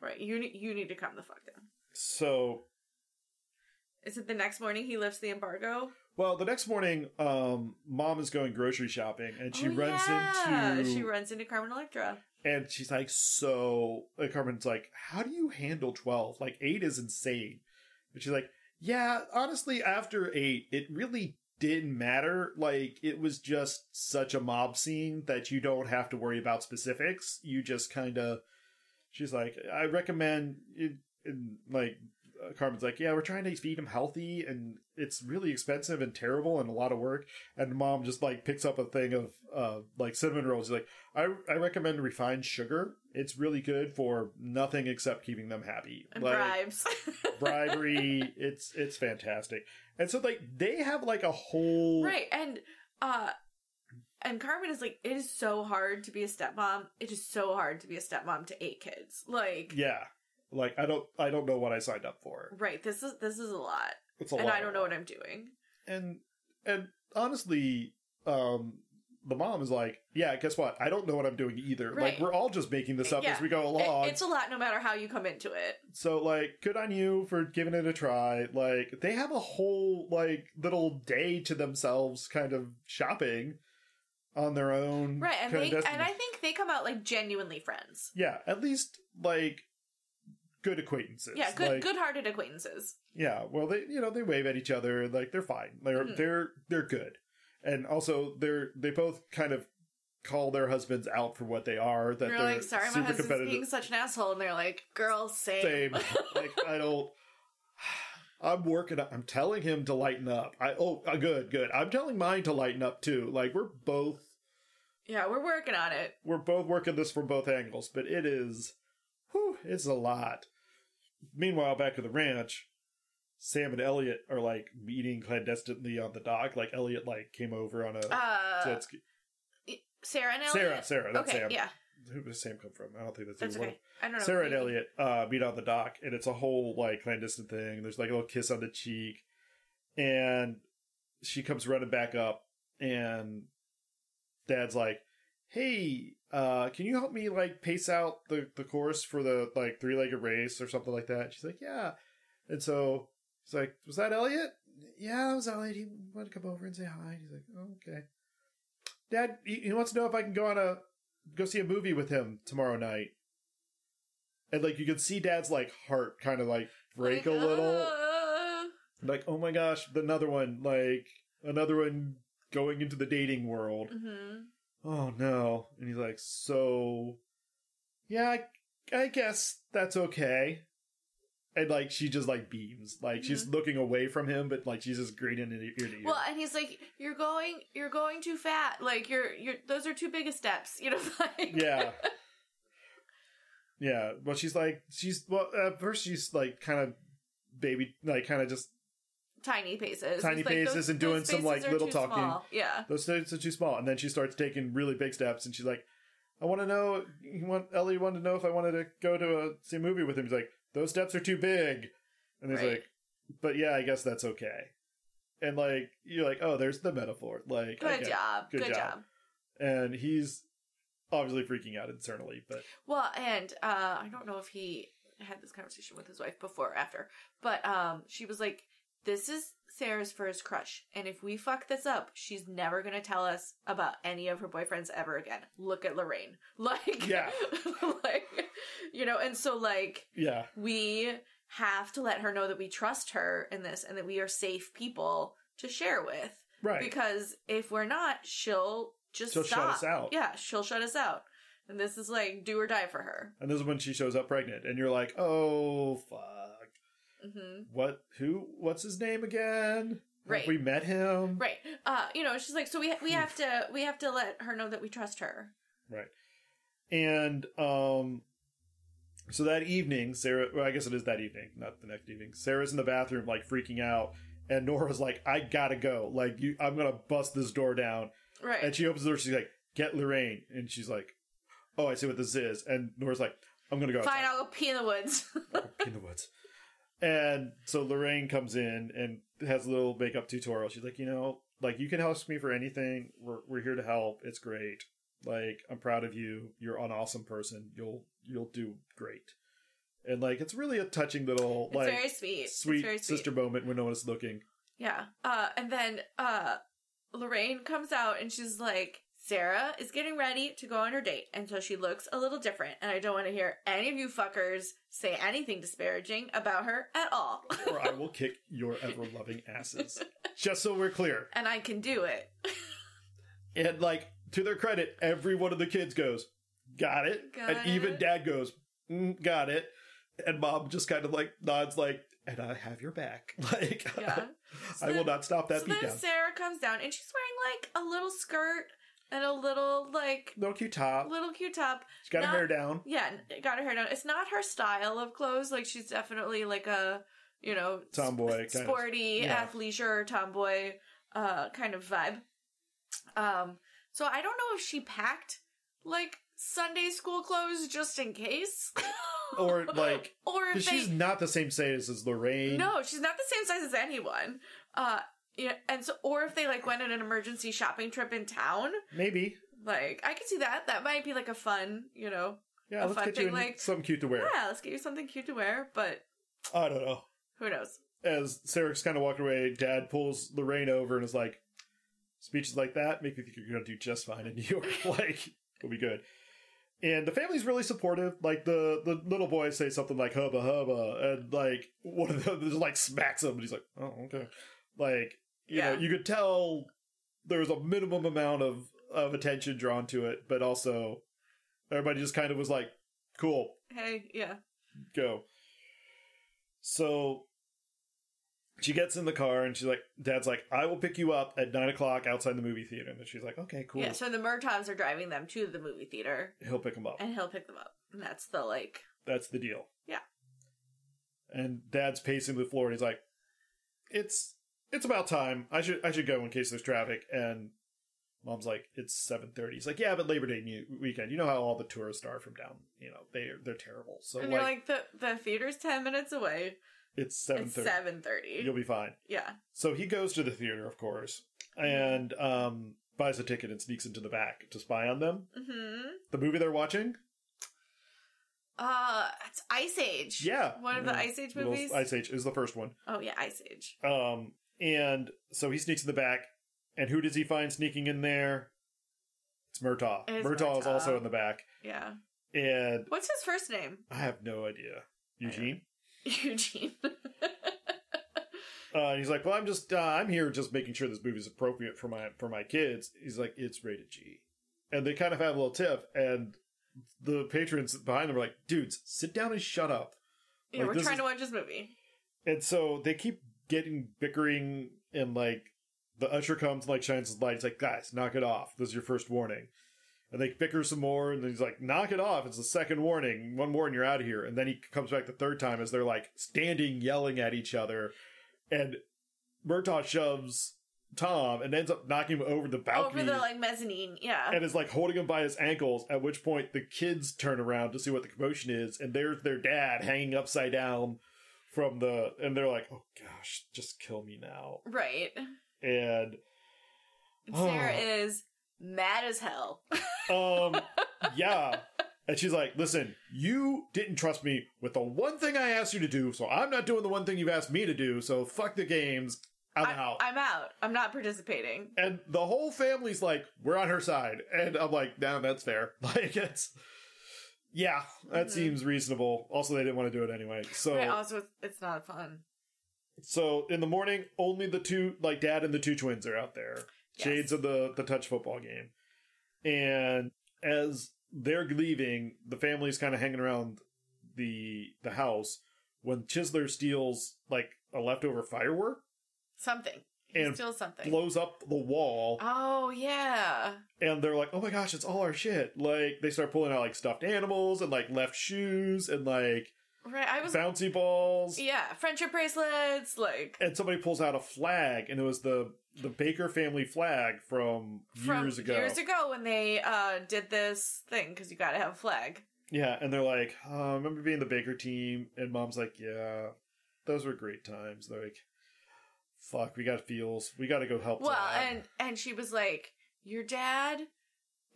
right. You need you need to calm the fuck down. so. Is it the next morning he lifts the embargo? Well, the next morning, um, mom is going grocery shopping and she Oh, runs yeah. into she runs into Carmen Electra. and she's like, so and Carmen's like, how do you handle twelve? Like eight is insane. And she's like, yeah, honestly, after eight, it really didn't matter. Like it was just such a mob scene that you don't have to worry about specifics. You just kind of. She's like, I recommend. It, and like uh, Carmen's like, yeah, we're trying to feed him healthy, and it's really expensive and terrible and a lot of work. And mom just like picks up a thing of uh, like cinnamon rolls. She's like, I I recommend refined sugar. It's really good for nothing except keeping them happy. And Like, bribes. [laughs] bribery. it's it's fantastic. And so like they have like a whole right. And uh and Carmen is like, it is so hard to be a stepmom. It is so hard to be a stepmom to eight kids. Like Yeah. Like I don't I don't know what I signed up for. Right. This is this is a lot. It's a and lot. I don't know what I'm doing. And and honestly, um the mom is like, Yeah, guess what? I don't know what I'm doing either. Right. Like we're all just making this up Yeah. as we go It- along. it's a lot no matter how you come into it. so like good on you for giving it a try. Like they have a whole like little day to themselves kind of shopping on their own. Right. And Mm, kinda they destiny. and I think they come out like genuinely friends. Yeah, at least like good acquaintances. Yeah, good Like, good hearted acquaintances. Yeah, well, they you know they wave at each other like they're fine. They're Mhm. they're they're good, and also they're they both kind of call their husbands out for what they are. That You're they're like, sorry, my super husband's competitive. being such an asshole, and they're like, girl, same. Same. like I don't. [sighs] I'm working. I'm telling him to lighten up. I oh uh, good good. I'm telling mine to lighten up too. Like we're both Yeah, we're working on it. we're both working this from both angles, but it is, whew, it's a lot. Meanwhile, back at the ranch, Sam and Elliot are like meeting clandestinely on the dock. Like Elliot like came over on a Uh, jet ski. Sarah and Elliot. Sarah, Sarah, that's okay, Sam. yeah, Who does Sam come from? I don't think that's, that's even okay. I don't know. Sarah and Maybe. Elliot uh, meet on the dock, and it's a whole like clandestine thing. There's like a little kiss on the cheek, and she comes running back up, and Dad's like, "Hey, uh, can you help me like pace out the the course for the like three legged race or something like that?" And she's like, "Yeah," and so he's like, "Was that Elliot?" Yeah, that was Elliot. He wanted to come over and say hi. And he's like, oh, "Okay." Dad, he he wants to know if I can go on a go see a movie with him tomorrow night and like you can see dad's like heart kind of like break Like, uh, a little "Ah." like oh my gosh another one like another one going into the dating world Mhm. oh no and he's like so yeah i, I guess that's okay and like she just like beams like she's looking away from him but like she's just greeting ear to ear Well, and he's like, "You're going, you're going too fat. Like, you're, you're. Those are two biggest steps. You know, [laughs] like, [laughs] yeah yeah well she's like she's well at first she's like kind of baby like kind of just tiny paces, Tiny He's like, paces "Those- and doing those some, like, paces are little too talking. small." Yeah, those steps are too small. And then she starts taking really big steps, and she's like, "I want to know. You want Ellie wanted to know if I wanted to go to a, see a movie with him." He's like, "Those steps are too big," and he's Right. like, "But yeah, I guess that's okay." And like you're like, "Oh, there's the metaphor." Like, I good get it. job, Good good, job. job. And he's obviously freaking out internally, but Well, and uh, I don't know if he had this conversation with his wife before or after, but um, she was like, "This is Sarah's first crush, and if we fuck this up, she's never gonna tell us about any of her boyfriends ever again." Look at Lorraine, [laughs] like, Yeah. like, you know, and so like Yeah. we have to let her know that we trust her in this and that we are safe people to share with Right. because if we're not, she'll just She'll shut stop. us out. Yeah, she'll shut us out. And this is like do or die for her. and this is when she shows up pregnant, and you're like, oh, fuck. hmm What? Who? What's his name again? Right. Have we met him? Right. Uh, you know, she's like, so we Hmm. we have to we have to let her know that we trust her. Right. And um so that evening, Sarah well, I guess it is that evening, not the next evening. Sarah's in the bathroom like freaking out and Nora's like, I gotta go. Like you I'm gonna bust this door down. Right. And she opens the door, she's like, Get Lorraine and she's like, Oh, I see what this is and Nora's like, I'm gonna go Fine, outside. I'll go pee in the woods. [laughs] in the woods. And so Lorraine comes in and has a little makeup tutorial. She's like, you know, like you can help me for anything. We're we're here to help. It's great. Like I'm proud of you. You're an awesome person. You'll you'll do great. And like it's really a touching little it's like very sweet. It's sweet, very sweet. sister moment when no one's looking. Yeah. Uh, and then uh, Lorraine comes out and she's like, Sarah is getting ready to go on her date. And so she looks a little different. And I don't want to hear any of you fuckers say anything disparaging about her at all. [laughs] or I will kick your ever loving asses. Just so we're clear. and I can do it. And like to their credit, every one of the kids goes, "Got it," Got and even it. dad goes, mm, "Got it," and mom just kind of like nods, like, "And I have your back." [laughs] Like, Yeah. So I will then- not stop that so beat then down. Sarah comes down and she's wearing like a little skirt and a little, like, Little cute top. little cute top. She's got her not- [laughs] hair down. Yeah, got her hair done. It's not her style of clothes. Like she's definitely like a you know s- Tomboy kind of- sporty, yeah. athleisure, tomboy uh, kind of vibe. Um, so I don't know if she packed like Sunday school clothes just in case, Or, like, [laughs] or if 'Cause they she's not the same size as Lorraine. no, she's not the same size as anyone. Uh, yeah, and so or if they like went on an emergency shopping trip in town, Maybe. like I could see that. That might be like a fun, you know. Yeah, A let's fun get you thing, in like- something cute to wear. Yeah, let's get you something cute to wear, but I don't know. who knows? As Sarek's kind of walking away, dad pulls Lorraine over and is like, speeches like that make me think you're going to do just fine in New York. [laughs] like, it'll be good. And the family's really supportive. Like the the little boys say something like "hubba hubba," and like one of them [laughs] just like smacks him, and he's like, "Oh, okay." Like you Yeah. know, you could tell there was a minimum amount of of attention drawn to it, but also everybody just kind of was like, "Cool, Hey, yeah. go. So she gets in the car and she's like, Dad's like, I will pick you up at nine o'clock outside the movie theater. And she's like, okay, cool. Yeah, so the Murtaughs are driving them to the movie theater He'll pick him up. and he'll pick them up. And that's the like, That's the deal. Yeah. And Dad's pacing the floor and he's like, it's it's about time. I should I should go in case there's traffic. And Mom's like, it's seven thirty. He's like, yeah, but Labor Day new- weekend. You know how all the tourists are from down. You know they they're terrible. So and like, you're like, the, the theater's 10 minutes away. it's seven It's thirty. 7.30. You'll be fine. yeah. So he goes to the theater, of course, and um, buys a ticket and sneaks into the back to spy on them. hmm The movie they're watching, Uh, it's Ice Age. yeah, Mm-hmm. One of the Ice Age Little movies. Ice Age is the first one. Oh, yeah, Ice Age. Um, and so he sneaks in the back, and who does he find sneaking in there? It's Murtaugh. It is Murtaugh is Murtaugh. also in the back, Yeah. and What's his first name? I have no idea. Eugene. [laughs] Eugene. Uh, and he's like, "Well, I'm just uh, I'm here just making sure this movie's appropriate for my for my kids." He's like, "It's rated G," and they kind of have a little tiff, and the patrons behind them are like, "Dudes, sit down and shut up." yeah, Like, we're this trying is- to watch this movie. And so they keep getting bickering, and like the usher comes and like shines his light. He's like, "Guys, knock it off. This is your first warning." And they bicker some more, and then he's like, "Knock it off. It's the second warning. One more, and you're out of here." And then he comes back the third time as they're like standing, yelling at each other, and Murtaugh shoves Tom and ends up knocking him over the balcony. Over the like mezzanine. Yeah. [laughs] and is like holding him by his ankles, at which point the kids turn around to see what the commotion is, and there's their dad hanging upside down from the and they're like, Oh gosh, just kill me now. right. And And Sarah Oh. is mad as hell. um yeah. And she's like, listen, you didn't trust me with the one thing I asked you to do, so I'm not doing the one thing you've asked me to do, so fuck the games. I'm I- out. I'm out. I'm not participating. and the whole family's like, we're on her side. And I'm like, no, that's fair. [laughs] Like, it's, yeah, that Mhm. seems reasonable. Also, they didn't want to do it anyway. So, But also, it's- it's not fun. so in the morning, only the two, like dad and the two twins are out there. Yes. Shades of the, the touch football game. And as they're leaving, the family's kind of hanging around the, the house when Chisler steals like a leftover firework, Something. He And steals something. blows up the wall. oh, yeah. and they're like, "Oh my gosh, it's all our shit!" Like they start pulling out like stuffed animals and like left shoes and like Right. I was. bouncy balls. Yeah. Friendship bracelets. Like. And somebody pulls out a flag, and it was the the Baker family flag from, from years ago. Years ago when they uh, did this thing, because you gotta have a flag. Yeah, and they're like, oh, "I remember being the Baker team," and mom's like, "Yeah, those were great times." They're like, "Fuck, we got feels. We got to go help." Well, Dad." and and she was like, "Your dad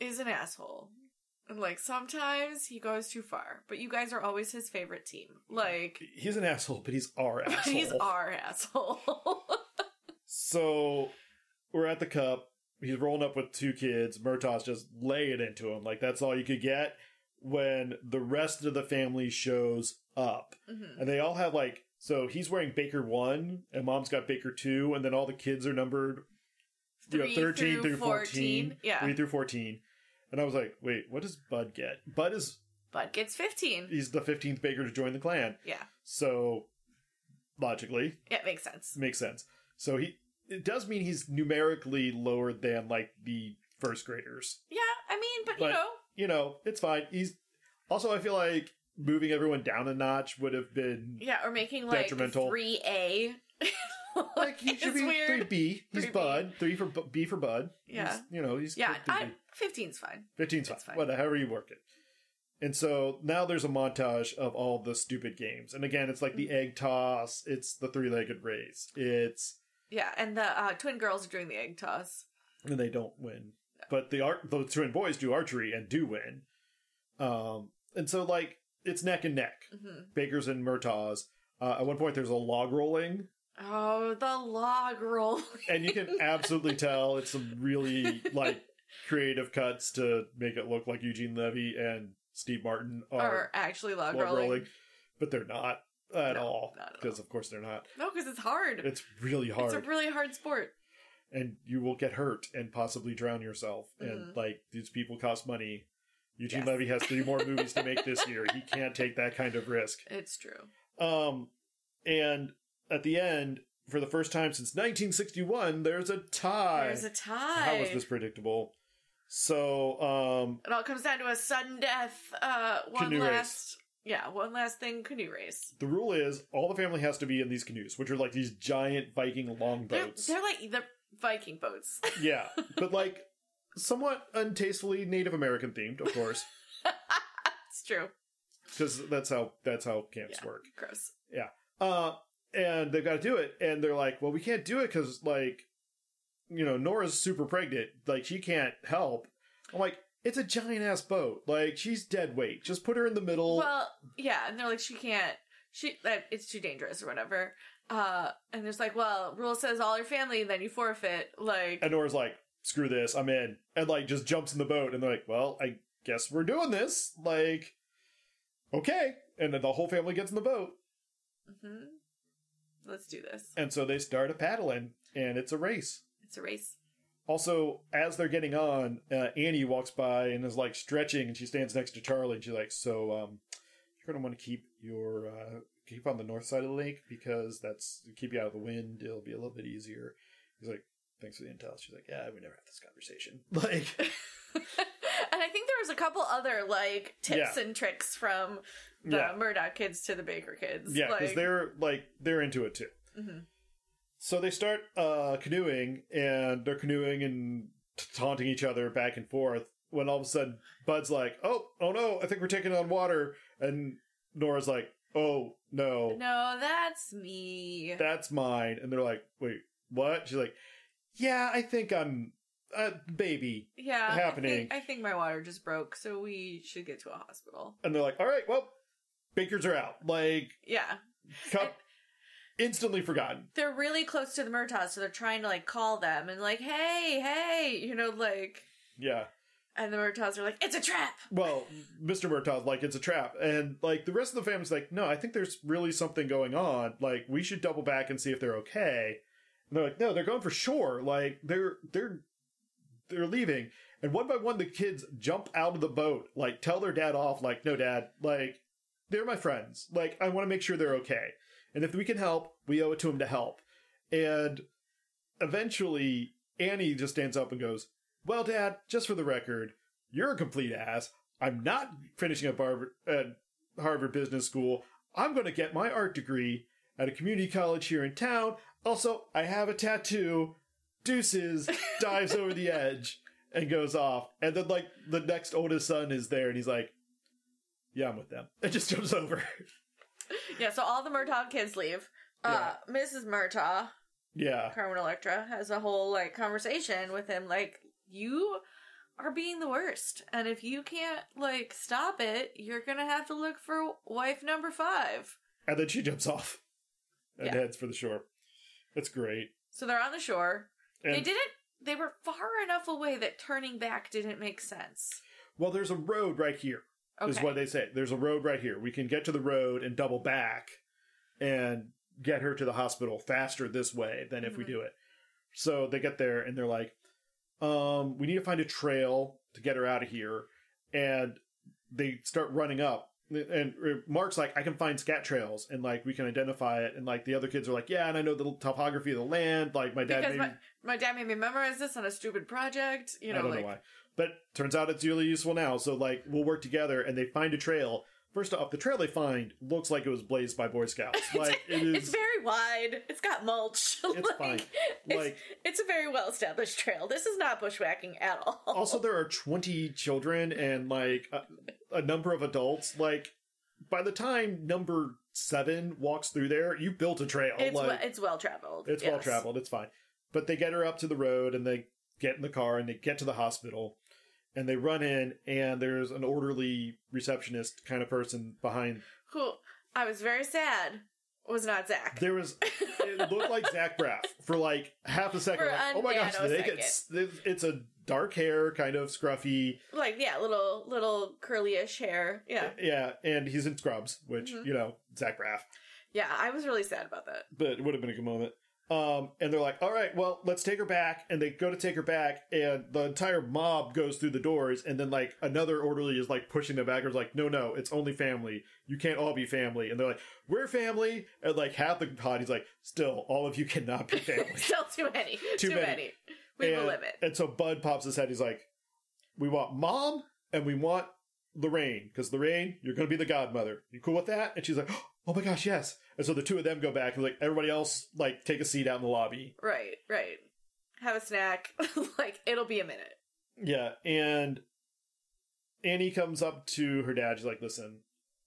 is an asshole, and like sometimes he goes too far, but you guys are always his favorite team. Like he's an asshole, but he's our [laughs] asshole. he's our asshole." [laughs] So we're at the cup. He's rolling up with two kids. Murtaugh's just laying into him. Like, that's all you could get when the rest of the family shows up. Mhm. And they all have, like, so he's wearing Baker 1, and mom's got Baker 2, and then all the kids are numbered you know, Three 13 through, 14. Yeah, 3 through 14. And I was like, wait, what does Bud get? Bud is, but gets fifteen. he's the 15th Baker to join the clan. Yeah, So, logically, it makes sense. makes sense. So he it does mean he's numerically lower than like the first graders. Yeah, I mean, but, But- you know, You know, it's fine. He's also I feel like moving everyone down a notch would have [laughs] been yeah, or making like Detrimental. three A. [laughs] like he should it's be weird. three B. He's 3B. Bud. Three for Bu- B for Bud. Yeah. He's- you know he's Yeah, good 3B. I, 15's fine. 15's fine. It's fine. Whatever, however you work it. And so now there's a montage of all the stupid games. And again, it's like the egg toss. It's the three legged race. It's Yeah, and the uh, twin girls are doing the egg toss. and they don't win. But the art the twin boys do archery and do win. Um, and so like it's neck and neck, hmm Baker's and Murtaugh's. Uh, at one point, there's a log rolling, Oh, the log roll. and you can absolutely tell it's some [laughs] really like creative cuts to make it look like Eugene Levy and Steve Martin are are actually log log rolling. rolling. but they're not at No, all not at all. because of course they're not. No, because it's hard. It's, It's really hard. a really hard sport. and you will get hurt and possibly drown yourself. And Mhm. like these people cost money. Eugene Yes. Levy has three more movies to [laughs] make this year. He can't take that kind of risk. It's true. Um, and at the end, for the first time since 1961, there's a tie. There's a tie. How was this predictable? So, um, It all comes down to a sudden death. Uh, one Canoe race. last. Yeah, one last thing. Canoe race. the rule is all the family has to be in these canoes, which are like these giant Viking They're, longboats. they're like the Viking boats. [laughs] Yeah, but like somewhat untastefully Native American themed, of course. it's true. because that's how that's how camps work. Gross. Uh, and they've got to do it, and they're like, "Well, we can't do it because like, you know, Nora's super pregnant. Like, she can't help." I'm like, "It's a giant ass boat. Like, she's dead weight. Just put her in the middle." Well, yeah, and they're like, she can't. She that it's too dangerous or whatever. Uh, and there's like, well, rule says all your family, then you forfeit. Like, and Nora's like, "Screw this. I'm in," and like just jumps in the boat, and they're like, "Well, I guess we're doing this." Like, okay, and then the whole family gets in the boat, hmm let's do this. and so they start a paddling, and it's a race. It's a race. Also, as they're getting on, uh, Annie walks by and is like stretching, and she stands next to Charlie, and she's like, "So, um, you're gonna want to keep your uh, keep on the north side of the lake because that's to keep you out of the wind. It'll be a little bit easier." He's like, "Thanks for the intel." She's like, "Yeah, we never had this conversation." [laughs] Like, [laughs] and I think there was a couple other like tips Yeah. and tricks from the yeah, Murdoch kids to the Baker kids. yeah, because like, they're like they're into it too. Mhm. So they start uh, canoeing, and they're canoeing and t- taunting each other back and forth. When all of a sudden, Bud's like, "Oh, oh no, I think we're taking on water," and Nora's like, "Oh no, No, that's me. that's mine." And they're like, "Wait, what?" She's like, "Yeah, I think I'm, a baby. Yeah, I Happening. think- I think my water just broke, so we should get to a hospital. And they're like, all right, well, bakers are out. Like, Yeah, cup instantly forgotten. they're really close to the Murtaugh, so they're trying to like call them and like, hey, hey, you know, like, Yeah. and the Murtaughs are like, it's a trap. Well, Mr. Murtaugh's like, it's a trap. And, like, the rest of the family's like, no, I think there's really something going on. Like, we should double back and see if they're okay. And they're like, no, they're going for shore. Like, they're, they're, they're leaving. And one by one, the kids jump out of the boat, like, tell their dad off, like, no, dad, like, they're my friends. Like, I want to make sure they're okay. And if we can help, we owe it to him to help. And eventually, Annie just stands up and goes, well, dad, just for the record, you're a complete ass. I'm not finishing up Harvard, at Harvard Business School. I'm going to get my art degree at a community college here in town. Also, I have a tattoo. [laughs] Deuces dives over the edge and goes off. And then, like, the next oldest son is there and he's like, Yeah, I'm with them. [laughs] And just jumps over. Yeah, so all the Murtaugh kids leave. Uh, Mrs. Murtaugh, yeah. Carmen Electra, has a whole like conversation with him, like, you are being the worst, and if you can't like stop it, you're gonna have to look for wife number five. And then she jumps off and Yeah. heads for the shore. It's great. So they're on the shore. And they didn't. They were far enough away that turning back didn't make sense. well, there's a road right here. Okay. is what they say. There's a road right here. We can get to the road and double back and get her to the hospital faster this way than if we Mhm. do it. So they get there and they're like, um, we need to find a trail to get her out of here. And they start running up. And Mark's like, I can find scat trails and like we can identify it. And like the other kids are like, yeah, and I know the topography of the land. Like my dad because made my, me- my dad made me memorize this on a stupid project. You know, I don't like know why. But turns out it's really useful now. So like we'll work together and they find a trail. First off, the trail they find looks like it was blazed by Boy Scouts. Like it [laughs] is it's very wide. It's got mulch. [laughs] it's fine. Like it's, it's a very well established trail. This is not bushwhacking at all. also there are 20 children and like a, a number of adults. Like by the time number 7 walks through there, you built a trail. it's like well, it's well traveled. It's well traveled. It's fine. But they get her up to the road and they get in the car and they get to the hospital and they run in and there's an orderly receptionist kind of person behind. Who I was very sad was not Zach. There was it looked like Zach Braff for like half a second. For Like, a oh my gosh, did they get nanosecond. s- it's a dark hair kind of scruffy. like yeah, little little curlyish hair. Yeah, Yeah, and he's in scrubs, which Mhm. you know Zach Braff. yeah. I was really sad about that. but it would have been a good moment. Um, and they're like, all right, well, let's take her back. And they go to take her back, and the entire mob goes through the doors. And then, like, another orderly is like pushing them back. It's like, no, no, it's only family. You can't all be family. And they're like, we're family. And like, half the pod, he's like, still, all of you cannot be family. [laughs] Still too many. Too too many. many. We and, will limit. And so Bud pops his head. He's like, we want mom and we want Lorraine. Because Lorraine, you're going to be the godmother. You cool with that? And she's like, [gasps] oh my gosh, yes. And so the two of them go back and like, everybody else, like, take a seat out in the lobby. Right, right. Have a snack. [laughs] like it'll be a minute. Yeah, and Annie comes up to her dad. She's like, "Listen,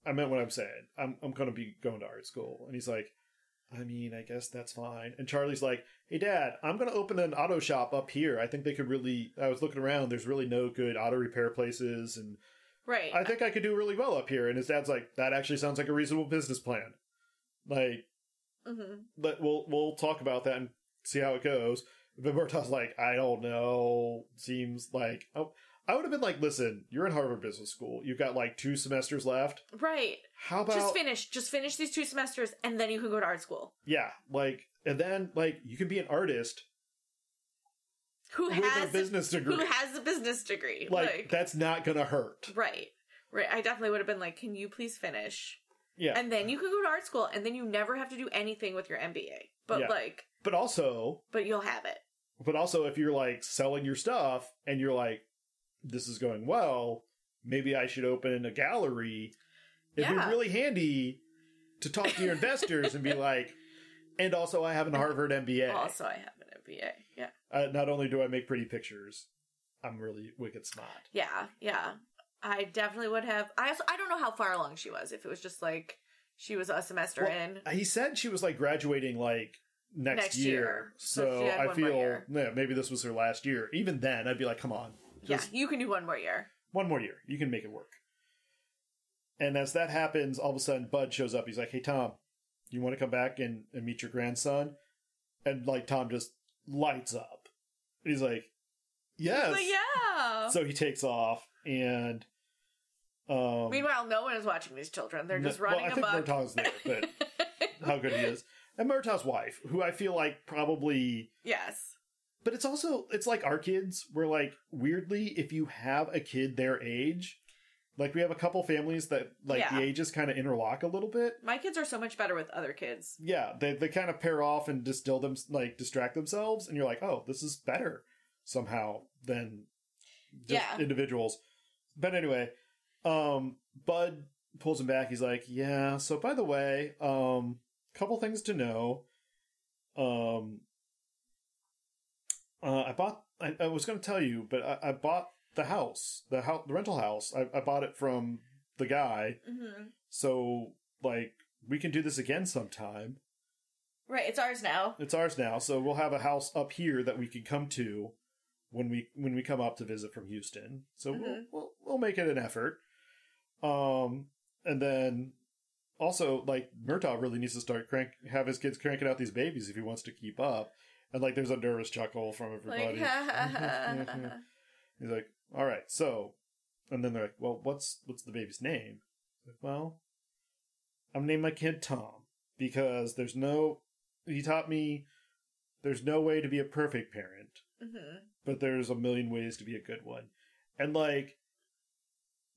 I meant what I'm saying. I'm I'm gonna be going to art school." And he's like, "I mean, I guess that's fine." And Charlie's like, "Hey, Dad, I'm gonna open an auto shop up here. I think they could really. I was looking around. There's really no good auto repair places, and Right. I think I could do really well up here." And his dad's like, "That actually sounds like a reasonable business plan. Like, hmm let we'll we'll talk about that and see how it goes. But Murtaugh's like, I don't know. Seems like oh, I would have been like, listen, you're in Harvard Business School. You've got like two semesters left. Right. How about just finish. Just finish these two semesters, and then you can go to art school. yeah, like and then like you can be an artist Who with has a business degree. Who has a business degree? like, Like, that's not gonna hurt. right, right. I definitely would have been like, "Can you please finish?" Yeah, And then you can go to art school, and then you never have to do anything with your MBA. But Yeah. like, but also, but you'll have it. but also if you're like selling your stuff and you're like, this is going well, maybe I should open a gallery. It'd Yeah. be really handy to talk to your [laughs] investors and be like, and also I have an Harvard MBA. Also, I have an MBA. Yeah, Uh, not only do I make pretty pictures, I'm really wicked smart. yeah, yeah. I definitely would have. I also, I don't know how far along she was. If it was just like she was a semester Well, in. He said she was like graduating like next, Next year. year. So So, she had one I more feel year. yeah, maybe this was her last year. Even then, I'd be like, come on, just yeah, you can do one more year. one more year. You can make it work. And as that happens, all of a sudden, Bud shows up. He's like, hey, Tom, you want to come back and, and meet your grandson? And like, Tom just lights up. He's like, yes. But yeah. So he takes off and. Um, Meanwhile, no one is watching these children. They're just no- well, running I think amok. Murtaugh's there, but how good he is. And Murtaugh's wife, who I feel like probably [laughs] yes. but it's also it's like our kids were like weirdly if you have a kid their age like we have a couple families that like Yeah. the ages kind of interlock a little bit My kids are so much better with other kids. yeah they, they kind of pair off and distill them like distract themselves and you're like oh this is better somehow than just Yeah. individuals but anyway um bud pulls him back he's like yeah so by the way um couple things to know um uh, i bought i, I was going to tell you but I, I bought the house the house the rental house I, I bought it from the guy hmm so like we can do this again sometime Right, it's ours now. it's ours now so we'll have a house up here that we can come to when we when we come up to visit from houston so we'll, Mhm. we'll we'll make it an effort um and then also like murtaugh really needs to start crank have his kids cranking out these babies if he wants to keep up and like there's a nervous chuckle from Like, [laughs] everybody Mm-hmm. he's like all right so and then they're like well what's what's the baby's name like, well i'm naming my kid tom because there's no he taught me there's no way to be a perfect parent Mhm. but there's a million ways to be a good one and like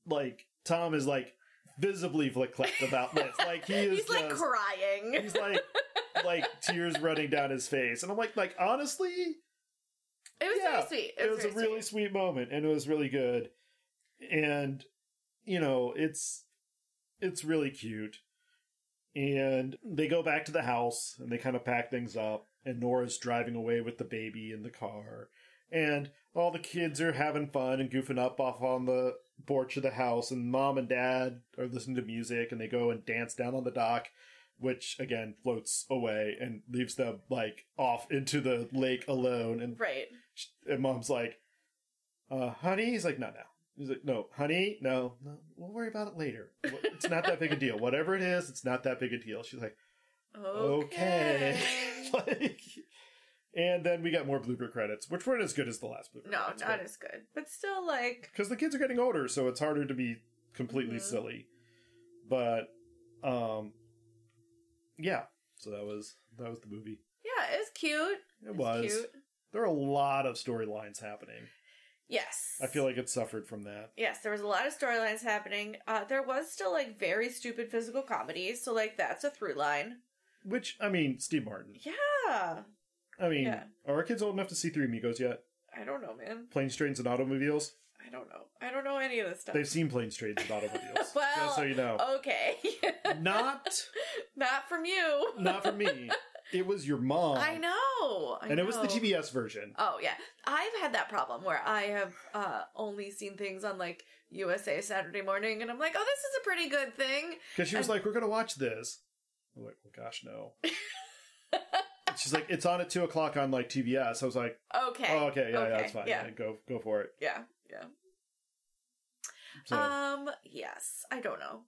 like tom is like visibly flicked about this [laughs] like he is He's like just- crying. he's like like tears running down his face and i'm like like honestly It was yeah, very sweet. it was a very really sweet. sweet moment and it was really good and you know it's it's really cute and they go back to the house and they kind of pack things up and nora's driving away with the baby in the car and all the kids are having fun and goofing up off on the porch of the house and mom and dad are listening to music and they go and dance down on the dock which again floats away and leaves them like off into the lake alone and Right. sh- and mom's like, uh, honey? He's like, no, no. He's like, no, honey, no, no, we'll worry about it later. Wh- It's not that big a deal. Whatever it is, it's not that big a deal. She's like, okay. [laughs] like, and then we got more blooper credits, which weren't as good as the last blooper no, credits. not as good. But still, like, Because the kids are getting older, so it's harder to be completely Mhm. silly. But, um, yeah. So that was that was the movie. yeah, it was cute. It It's was. cute. There are a lot of storylines happening. Yes. I feel like it suffered from that. Yes, there was a lot of storylines happening. Uh, there was still like very stupid physical comedy, so like that's a through line. Which I mean, Steve Martin. Yeah, I mean, Yeah. are our kids old enough to see Three Amigos yet? I don't know, man. Planes, Trains, and Automobiles. I don't know. I don't know any of this stuff. They've seen Planes, Trains, [laughs] and Automobiles. Well, just so [laughs] you know, okay, not not from you. not for me. It was your mom. I know. I and it was the know. TBS version. Oh yeah, I've had that problem where I have uh, only seen things on like USA Saturday Morning, and I'm like, oh, this is a pretty good thing. Because she was like, "We're gonna watch this." I'm like, "Well, [laughs] gosh, no." And She's like, "It's on at two o'clock on like TBS." I was like, Okay. "Oh, okay, yeah, yeah, Okay, that's fine. yeah. Yeah, go go for it." yeah. Yeah. So Um, yes, I don't know.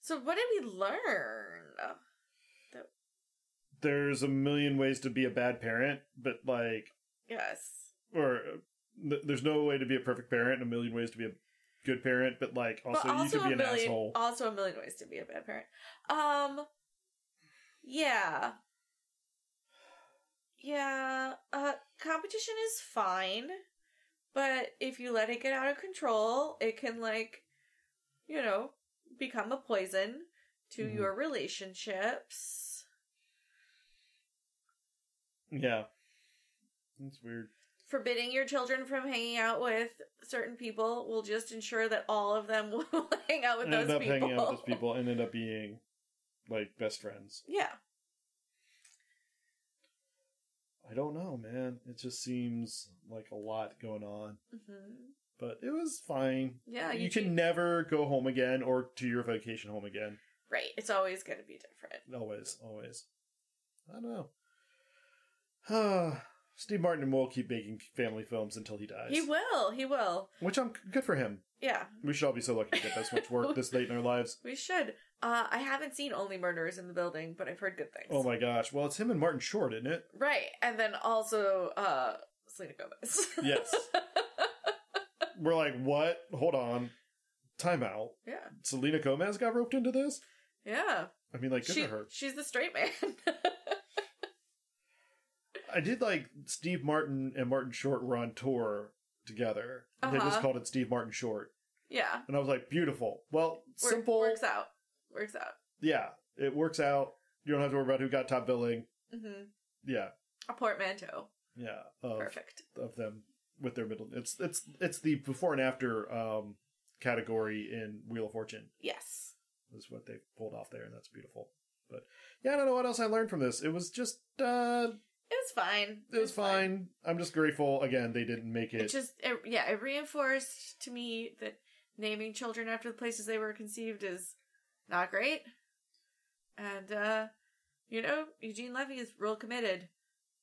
So what did we learn? there's a million ways to be a bad parent, but like Yes. or uh, th- there's no way to be a perfect parent and a million ways to be a good parent but like also, but also you could be a an million, asshole also a million ways to be a bad parent. Um, yeah. Yeah, uh, competition is fine, but if you let it get out of control, it can like, you know, become a poison to Mhm. your relationships. yeah that's weird forbidding your children from hanging out with certain people will just ensure that all of them [laughs] will hang out with end those up people. hanging out with those people and end up being like best friends [laughs] Yeah. i don't know man it just seems like a lot going on hmm but it was fine Yeah, you, you can can- never go home again or to your vacation home again Right. It's always going to be different. always always i don't know [sighs] Steve Martin will keep making family films until he dies. He will. He will. Which I'm good for him. Yeah, We should all be so lucky to get this much work this late in [laughs] our lives. we should. Uh, I haven't seen Only Murders in the Building, but I've heard good things. Oh my gosh. Well, it's him and Martin Short, isn't it? Right, and then also uh, Selena Gomez. [laughs] Yes. We're like, what? Hold on. Time out. yeah, Selena Gomez got roped into this? yeah. I mean, like, good She, for her. she's the straight man. [laughs] I did like Steve Martin and Martin Short were on tour together. They Uh-huh. just called it Steve Martin Short. yeah, And I was like, beautiful. Well, Work- simple. works out. Works out. Yeah, it works out. You don't have to worry about who got top billing. hmm Yeah, A portmanteau. yeah. Of, Perfect. of them with their middle. It's it's it's the before and after um, category in Wheel of Fortune Yes. is what they pulled off there, and that's beautiful. But yeah, I don't know what else I learned from this. It was just uh, It was fine. it was fine. I'm just grateful again they didn't make It it. just, it, yeah, it reinforced to me that naming children after the places they were conceived is not great. And, uh, you know, Eugene Levy is real committed,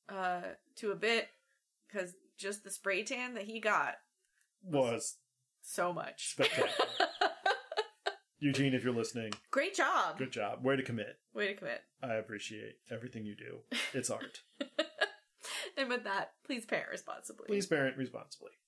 uh, to a bit because just the spray tan that he got was so much. spectacular. Eugene, if you're listening, Great job. good job. Way to commit. Way to commit. [laughs] I appreciate everything you do. It's art. And with that, please parent responsibly. Please parent responsibly.